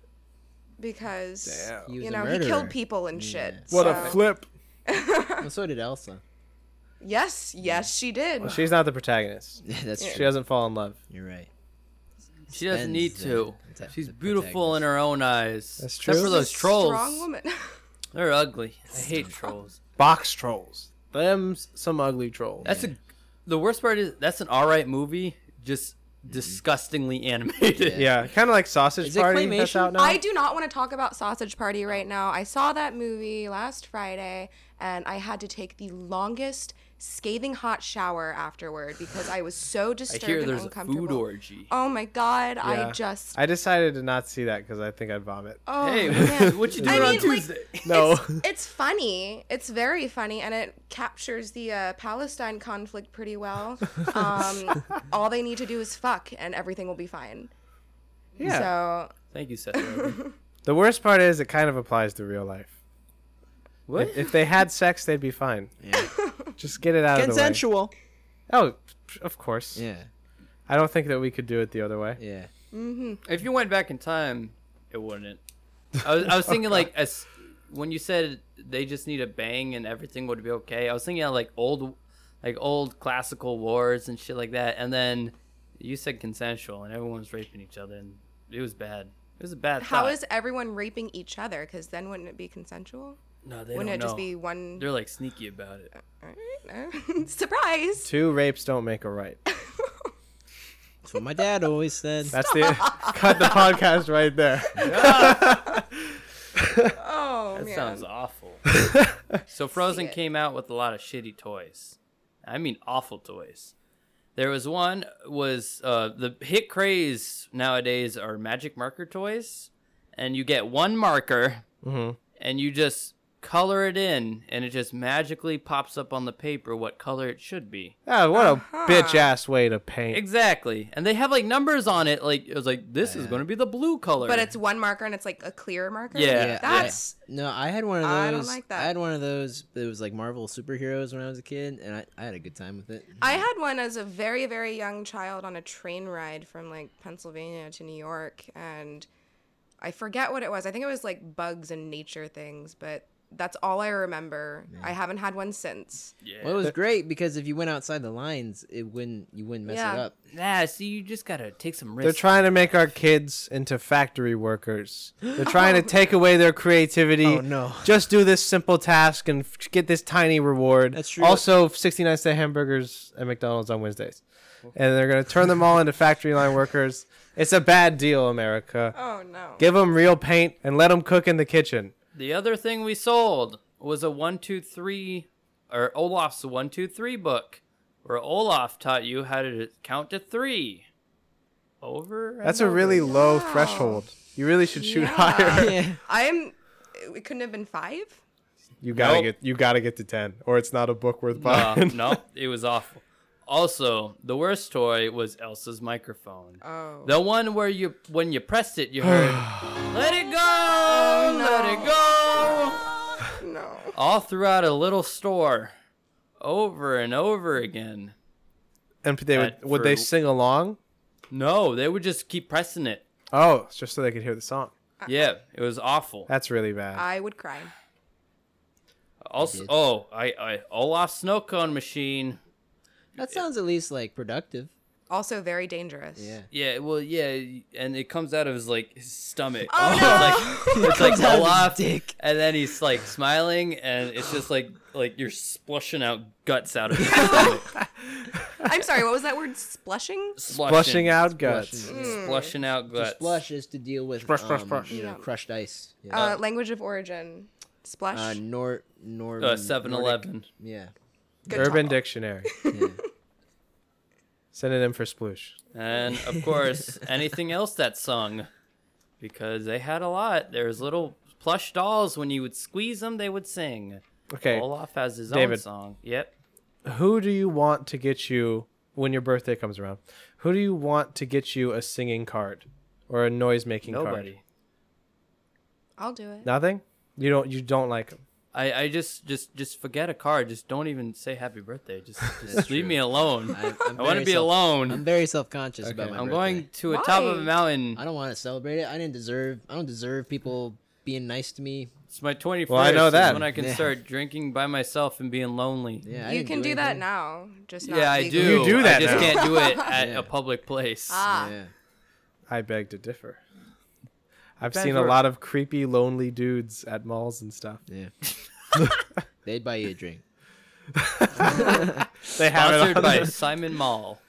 C: because
A: Damn.
B: He was
C: you
B: a
C: know he
B: murderer.
C: killed people and shit.
A: What a
C: so-
A: flip.
B: well, so did Elsa.
C: Yes, yes, she did.
A: She's not the protagonist.
B: Yeah, that's
A: She
B: true.
A: doesn't fall in love.
B: You're right.
E: She doesn't
B: Spends
E: need
B: the-
E: to.
B: the-
E: She's
B: the
E: beautiful in her own eyes.
A: That's
E: Except
A: true.
E: for
A: She's
E: those
C: She's a
E: trolls.
C: Strong woman.
E: They're ugly. I hate trolls.
A: Box trolls. Them's some ugly trolls.
E: That's a, the worst part is that's an all right movie, just
C: Mm-hmm.
E: disgustingly animated.
A: yeah, kind of like Sausage
B: Is it
A: Party that's
B: claymation?
A: out now.
C: I do not want to talk about Sausage Party right now. I saw that movie last Friday and I had to take the longest scathing hot shower afterward because I was so
E: I
C: disturbed
E: hear
C: and
E: there's a
C: uncomfortable.
E: food orgy.
C: Oh my god,
A: Yeah.
C: I just
A: I decided to not see that because I think I'd vomit.
C: Oh
E: hey,
C: man.
E: what you
C: I
E: doing on
C: mean, like-
E: Tuesday?
A: No.
C: It's, it's funny. It's very funny, and it captures the uh, Palestine conflict pretty well. Um, all they need to do is fuck, and everything will be fine.
A: yeah.
C: So
E: Thank you, Seth. Rogen.
A: The worst part is it kind of applies to real life.
E: what?
A: If they had sex, they'd be fine.
B: Yeah.
A: Just get it out
B: Consensual.
A: of the way. Oh, of course.
B: Yeah.
A: I don't think that we could do it the other way.
B: Yeah.
E: If you went back in time, it wouldn't. I was, I was thinking like as when you said they just need a bang and everything would be okay. I was thinking of like old, like old classical wars and shit like that. And then you said consensual and everyone was raping each other and it was bad. It was a bad.
C: how
E: thought.
C: is everyone raping each other? Because then wouldn't it be consensual?
E: no? They
C: Wouldn't
E: don't
C: it just
E: know.
C: be one?
E: They're like sneaky about it.
C: Mm-hmm. Surprise!
A: Two rapes don't make a right.
B: That's what my dad always said.
A: That's the cut the podcast right there.
C: Oh
E: That
C: man.
E: sounds awful. so Frozen
C: it.
E: came out with a lot of shitty toys. I mean, awful toys. There was one was uh, the hit craze nowadays are magic marker toys, and you get one marker, and you just color it in, and it just magically pops up on the paper what color it should be.
A: Oh, what a bitch ass way to paint.
E: Exactly, and they have like numbers on it. Like it was like this is going to be the blue color,
C: but it's one marker and it's like a clear marker.
E: Yeah.
B: Yeah,
C: that's
B: No, I had one of those.
C: I don't like that.
B: I had one of those. It was like Marvel superheroes when I was a kid, and I, I had a good time with it.
C: I had one as a very, very young child on a train ride from like Pennsylvania to New York, and I forget what it was. I think it was like bugs and nature things, but that's all I remember. I haven't had one since.
E: yeah.
B: Well, it was great because if you went outside the lines, it wouldn't. You wouldn't mess it
C: Yeah.
B: up.
E: nah, see, you just gotta take some risks.
A: They're trying to make our kids into factory workers. They're trying to take away their creativity.
B: Oh, no.
A: Just do this simple task and f- get this tiny reward.
B: That's true.
A: Also, 69 cent hamburgers at McDonald's on Wednesdays. And they're going to turn them all into factory line workers. It's a bad deal, America.
C: Oh no!
A: Give them real paint and let them cook in the kitchen.
E: The other thing we sold was a one two three, or Olaf's one two three book, where Olaf taught you how to count to three. Over. and
A: That's a
E: over.
A: really low threshold. You really should shoot higher.
B: Yeah.
C: I'm. It couldn't have been five.
A: You gotta
E: Nope.
A: get you gotta get to ten, or it's not a book worth
E: Uh,
A: buying.
E: no, it was awful. Also, the worst toy was Elsa's microphone.
C: Oh.
E: The one where you, when you pressed it, you heard, "Let it go, let it go,"
C: No.
E: all throughout a little store, over and over again.
A: and they would
E: That
A: would
E: for-
A: they sing along?
E: No, they would just keep pressing it.
A: Oh, it's just so they could hear the song.
E: Yeah, it was awful.
A: That's really bad.
C: I would cry.
E: Also,
B: did.
E: oh, I, I Olaf snow cone machine.
B: That sounds at least like productive.
C: Also very dangerous.
B: Yeah.
E: Yeah, well, yeah, and it comes out of his like his stomach.
C: Oh,
E: It's like, it's like
B: Comes out of his
E: Olaf,
B: dick.
E: and then he's like smiling, and it's just like like you're splushing out guts out of his
C: I'm sorry. What was that word? Splushing.
E: splushing,
A: Flushing out guts.
B: Flushing.
E: splushing out guts.
B: Splush is to deal with
A: Splush, splush,
B: um,
A: splush.
B: you know, crushed ice. Yeah.
C: Uh, language of origin. Splush.
B: Uh, nor nor
E: Uh, 7-Eleven.
B: Yeah.
C: Good
A: Urban
C: talk.
A: Dictionary.
B: Yeah.
A: Synonym for sploosh.
E: And of course, anything else that sung, because they had a lot. There's little plush dolls. When you would squeeze them, they would sing.
A: Okay.
E: Olaf has his own
A: David.
E: song. Yep.
A: Who do you want to get you when your birthday comes around? Who do you want to get you a singing card or a noise making card?
E: Nobody.
C: I'll do it.
A: Nothing? You don't you don't like 'em.
E: I, I just just just forget a card. Just don't even say happy birthday. Just just leave me alone. I, want
B: I'm
E: to
B: very
E: be
B: self-
E: alone.
B: I'm
E: I'm,
B: very self conscious about my. birthday.
E: going to a top of a
C: Why?
E: mountain.
B: I don't want to celebrate it. I didn't deserve. I don't deserve people being nice to me.
E: It's my 21st.
A: Well, I know
E: is
A: that.
E: when I can
B: Yeah.
E: start drinking by myself and being lonely. Yeah,
B: Yeah. I
C: you
B: didn't
C: can
B: do
C: do, that
B: anything.
C: now. Just not
E: I do.
C: legally.
A: You do that
E: I just
A: now.
E: can't do it at
B: Yeah.
E: a public place.
C: Ah.
B: Yeah.
A: I beg to differ. I've
E: Beg
A: seen a
E: for-
A: lot of creepy, lonely dudes at malls and stuff.
B: Yeah. They'd buy you a drink.
A: they have it
E: Sponsored
A: on
E: by
A: there.
E: Simon Mall.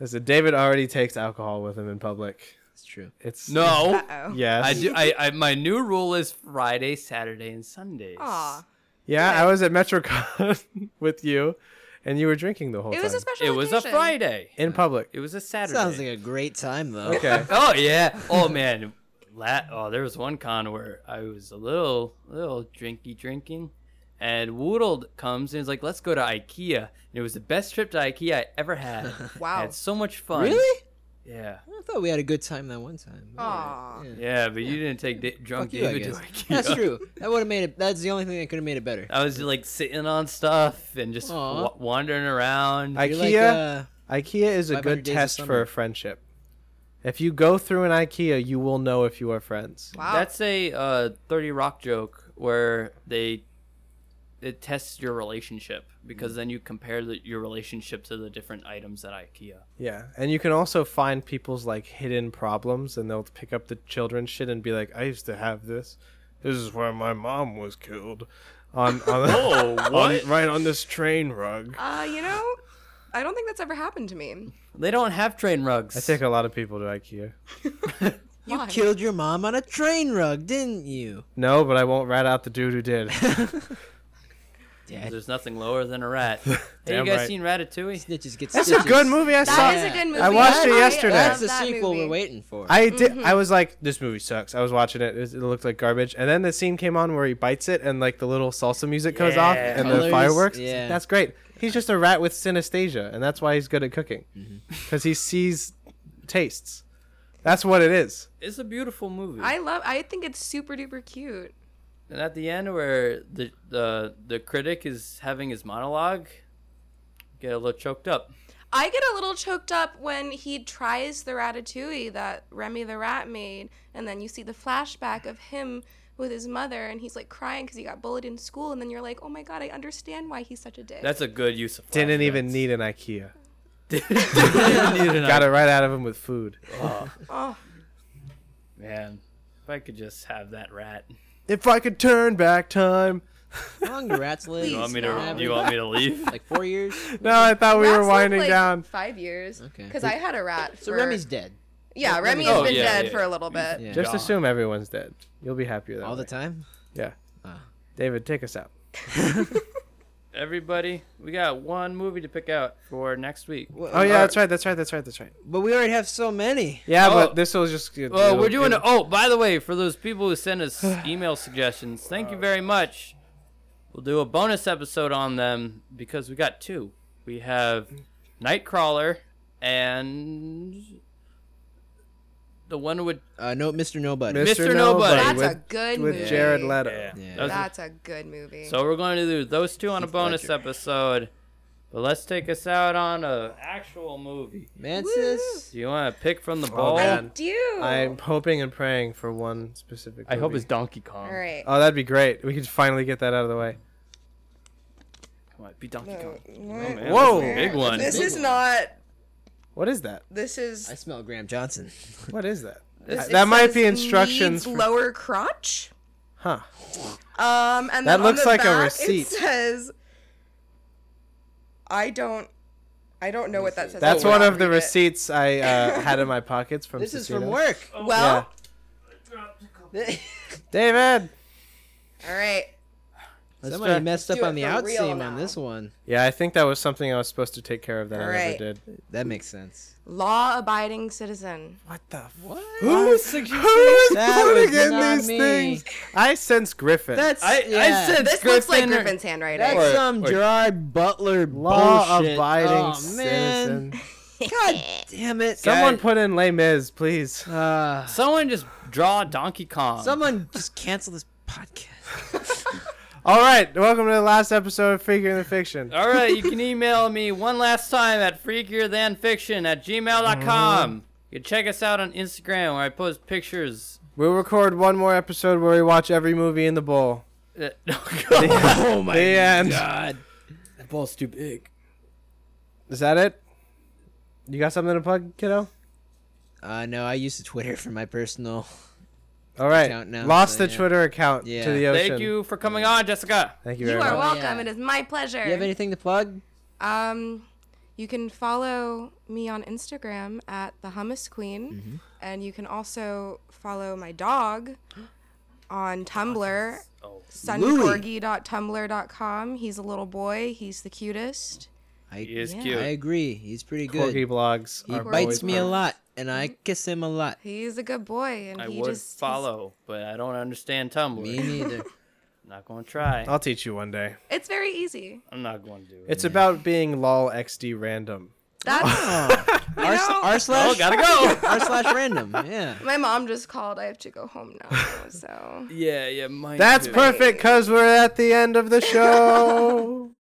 A: Listen, David already takes alcohol with him in public.
B: It's true.
A: It's
E: No.
C: Uh-oh.
A: Yes.
E: I do. I, I my new rule is Friday, Saturday, and Sundays.
C: Aw.
A: Yeah, I was at MetroCon with you, and you were drinking the whole
C: It
A: time
C: was a special
E: It was a
C: occasion.
E: Friday.
A: in public.
E: It was a Saturday.
B: Sounds like a great time though.
A: Okay.
E: Oh yeah. Oh man. La- oh, there was one con where I was a little, little drinky drinking, and Woodled comes and is like, "Let's go to IKEA." And it was the best trip to IKEA I ever had. I
C: Wow.
E: had so much fun.
B: Really?
E: Yeah.
B: I thought we had a good time that one time.
C: Aw.
B: Yeah.
E: Yeah, but you didn't take da- drunk
B: Fuck you, I
E: David to
B: guess.
E: IKEA.
B: That's true. That would have made it. That's the only thing that could have made it better.
E: I was like sitting on stuff and just
B: Aw.
E: wa- wandering around.
A: I-
B: You're like,
A: IKEA?
B: uh,
A: IKEA is a
B: 500
A: good
B: days of
A: test for
B: summer.
A: a friendship. If you go through an IKEA, you will know if you are friends.
C: Wow.
E: That's a uh, Thirty Rock joke where they it tests your relationship
A: Mm.
E: because then you compare the, your relationship to the different items at IKEA.
A: Yeah, and you can also find people's like hidden problems, and they'll pick up the children's shit and be like, "I used to have this. This is where my mom was killed." On on,
E: Oh, what?
A: on right on this train rug.
C: Uh, you know, I don't think that's ever happened to me.
E: They don't have train rugs.
A: I take a lot of people to IKEA.
B: you
C: Why?
B: killed your mom on a train rug, didn't you?
A: No, but I won't rat out the dude who did.
E: There's nothing lower than a rat. hey, you
A: Damn
E: guys
A: right.
E: seen Ratatouille?
B: Snitches get
A: That's
B: stitches.
A: a good movie. I saw.
C: That is a good movie.
A: I watched it
C: love
A: yesterday.
B: That's the
C: that
B: sequel
C: movie.
B: we're waiting for.
A: I did. I was like, this movie sucks. I was watching it. It it looked like garbage. And then the scene came on where he bites it, and like the little salsa music goes off,
E: Yeah.
A: and the
B: Colors,
A: fireworks.
B: yeah.
A: That's great. He's just a rat with synesthesia, and that's why he's good at cooking,
B: Mm-hmm.
A: because he sees tastes. That's what it is.
E: It's a beautiful movie.
C: I love. I think it's super duper cute.
E: and at the end, where the the the critic is having his monologue, get a little choked up.
C: I get a little choked up when he tries the ratatouille that Remy the rat made, and then you see the flashback of him with his mother, and he's like crying because he got bullied in school, and then you're like, oh my god, I understand why he's such a dick.
E: That's a good use of.
A: Didn't even
E: flashbacks.
A: need an IKEA.
E: Didn't need an
A: Got it right out of him with food.
C: oh,
E: Man, if I could just have that rat.
A: If I could turn back time.
B: How long do rats live?
C: You
E: You want me
C: Please,
E: to?
C: no.
E: You want me to leave?
B: Like four years?
A: No, I thought we
C: Rats
A: were
C: live,
A: winding
C: like,
A: down.
C: Five years. Okay.
B: Okay.
C: Because I had a rat.
B: So
C: for-
B: Remy's dead.
C: Yeah, Remy
E: Oh,
C: has been
E: yeah,
C: dead
E: yeah.
C: for a little bit.
B: Yeah.
A: Just
E: God.
A: assume everyone's dead. You'll be happier that
B: All the
A: way.
B: time?
A: Yeah.
B: Ah.
A: David, take us out.
E: Everybody, we got one movie to pick out for next week.
A: Oh yeah, that's right. That's right. That's right. That's right.
B: But we already have so many.
A: Yeah,
E: Oh.
A: but this was just. it-
E: Well,
A: it'll-
E: we're doing.
A: it'll-
E: Oh, by the way, for those people who send us email suggestions, thank you
A: Oh.
E: very much. We'll do a bonus episode on them because we got two. We have Nightcrawler and the one with
B: Uh, no, Mr. Nobody.
E: Miss- Mr. Nobody.
C: That's
A: with,
C: a good
A: with
C: movie.
A: Jared Leto.
B: Yeah.
E: Those-
C: That's a good movie.
E: So we're going to do those two on a
B: Heath
E: bonus
B: Ledger.
E: episode. But let's take us out on a actual movie.
B: Mantis.
E: Do you want to pick from the
A: Oh,
E: ball?
C: I
A: man.
C: do.
A: I'm hoping and praying for one specific.
E: I hope
A: movie.
E: it's Donkey Kong.
C: All right.
A: Oh, that'd be great. We could finally get that out of the way.
E: Come on, be Donkey Kong.
C: Mm,
E: Man,
A: Whoa.
E: that's a big one.
C: This
B: Big
C: is
B: one.
C: not.
A: What is that?
C: This is.
B: I smell Graham Johnson.
A: What is that?
C: this-
A: that
C: it
A: might be
C: says
A: instructions.
C: needs
A: For,
C: lower crotch.
A: huh?
C: Um, and
A: That
C: then on
A: looks
C: the
A: like a
C: back,
A: receipt.
C: It says. I don't. I don't know what that says.
A: That's
C: I will
A: one
C: not
A: of the
C: read it.
A: receipts I uh, had in my pockets from.
B: This is
A: Cecina.
B: from work.
E: Oh.
A: Yeah.
C: Well,
A: David.
C: all right.
B: Somebody
A: try-
B: messed up
C: do it
B: on the
C: for
B: out
C: real
B: seam
C: now.
B: on this one.
A: Yeah, I think that was something I was supposed to take care of that I never
C: Alright.
A: did.
B: That makes sense.
C: Law-abiding citizen.
A: What the? F-
B: What?
A: Who is
B: That
A: putting
B: was
A: in
B: not
A: these
B: me.
A: things? I sense Griffin.
B: That's
E: I,
B: yeah.
E: I said
C: This looks like
E: Griffin or-
C: Griffin's handwriting.
B: that's
E: Or-
B: some
E: or-
B: Gerard Butler bullshit.
A: law-abiding
B: oh, man.
A: citizen.
B: God damn it!
A: Someone
B: guys.
A: put in Les Mis, please.
B: Uh,
E: Someone just draw Donkey Kong.
B: someone just cancel this podcast.
A: All right, welcome to the last episode of Figure in the Fiction.
E: All right, you can email me one last time at freakierthanfiction at Mm-hmm. gmail.com. You can check us out on Instagram where I post pictures.
A: We'll record one more episode where we watch every movie in the bowl.
E: that- oh,
B: Oh my
A: The end.
B: god!
E: that ball's too big.
A: Is that it? You got something to plug, kiddo?
B: Uh, no, I use the Twitter for my personal
A: All right,
B: account now,
A: lost
B: so
A: the
B: yeah.
A: Twitter account
B: Yeah.
A: to the ocean.
E: Thank you for coming on, Jessica.
A: Thank you
C: You
A: very
C: are
A: much.
C: welcome.
B: Yeah.
C: It is my pleasure.
B: You have anything to plug?
C: Um, you can follow me on Instagram at the Hummus Queen, and you can also follow my dog on Tumblr,
E: Oh.
C: suncorgi.tumblr.com. He's a little boy. He's the cutest.
B: I,
E: He is
B: yeah,
E: cute.
B: I agree. He's pretty good.
A: Corgi blogs.
B: he
A: are
B: bites
A: always
B: me a
A: fun.
B: lot, and I kiss him a lot.
C: He's a good boy, and
E: I
C: he
E: would
C: just he's-
E: follow, but I don't understand Tumblr.
B: Me neither.
E: Not going to try.
A: I'll teach you one day.
C: It's very easy.
E: I'm not going to do it.
A: It's about being lol xd random.
C: That's
B: R, s- r
E: Oh,
B: slash
E: gotta go.
B: r slash random. Yeah.
C: my mom just called. I have to go home now. So
E: yeah, yeah, mine
A: That's
E: too.
A: perfect because we're at the end of the show.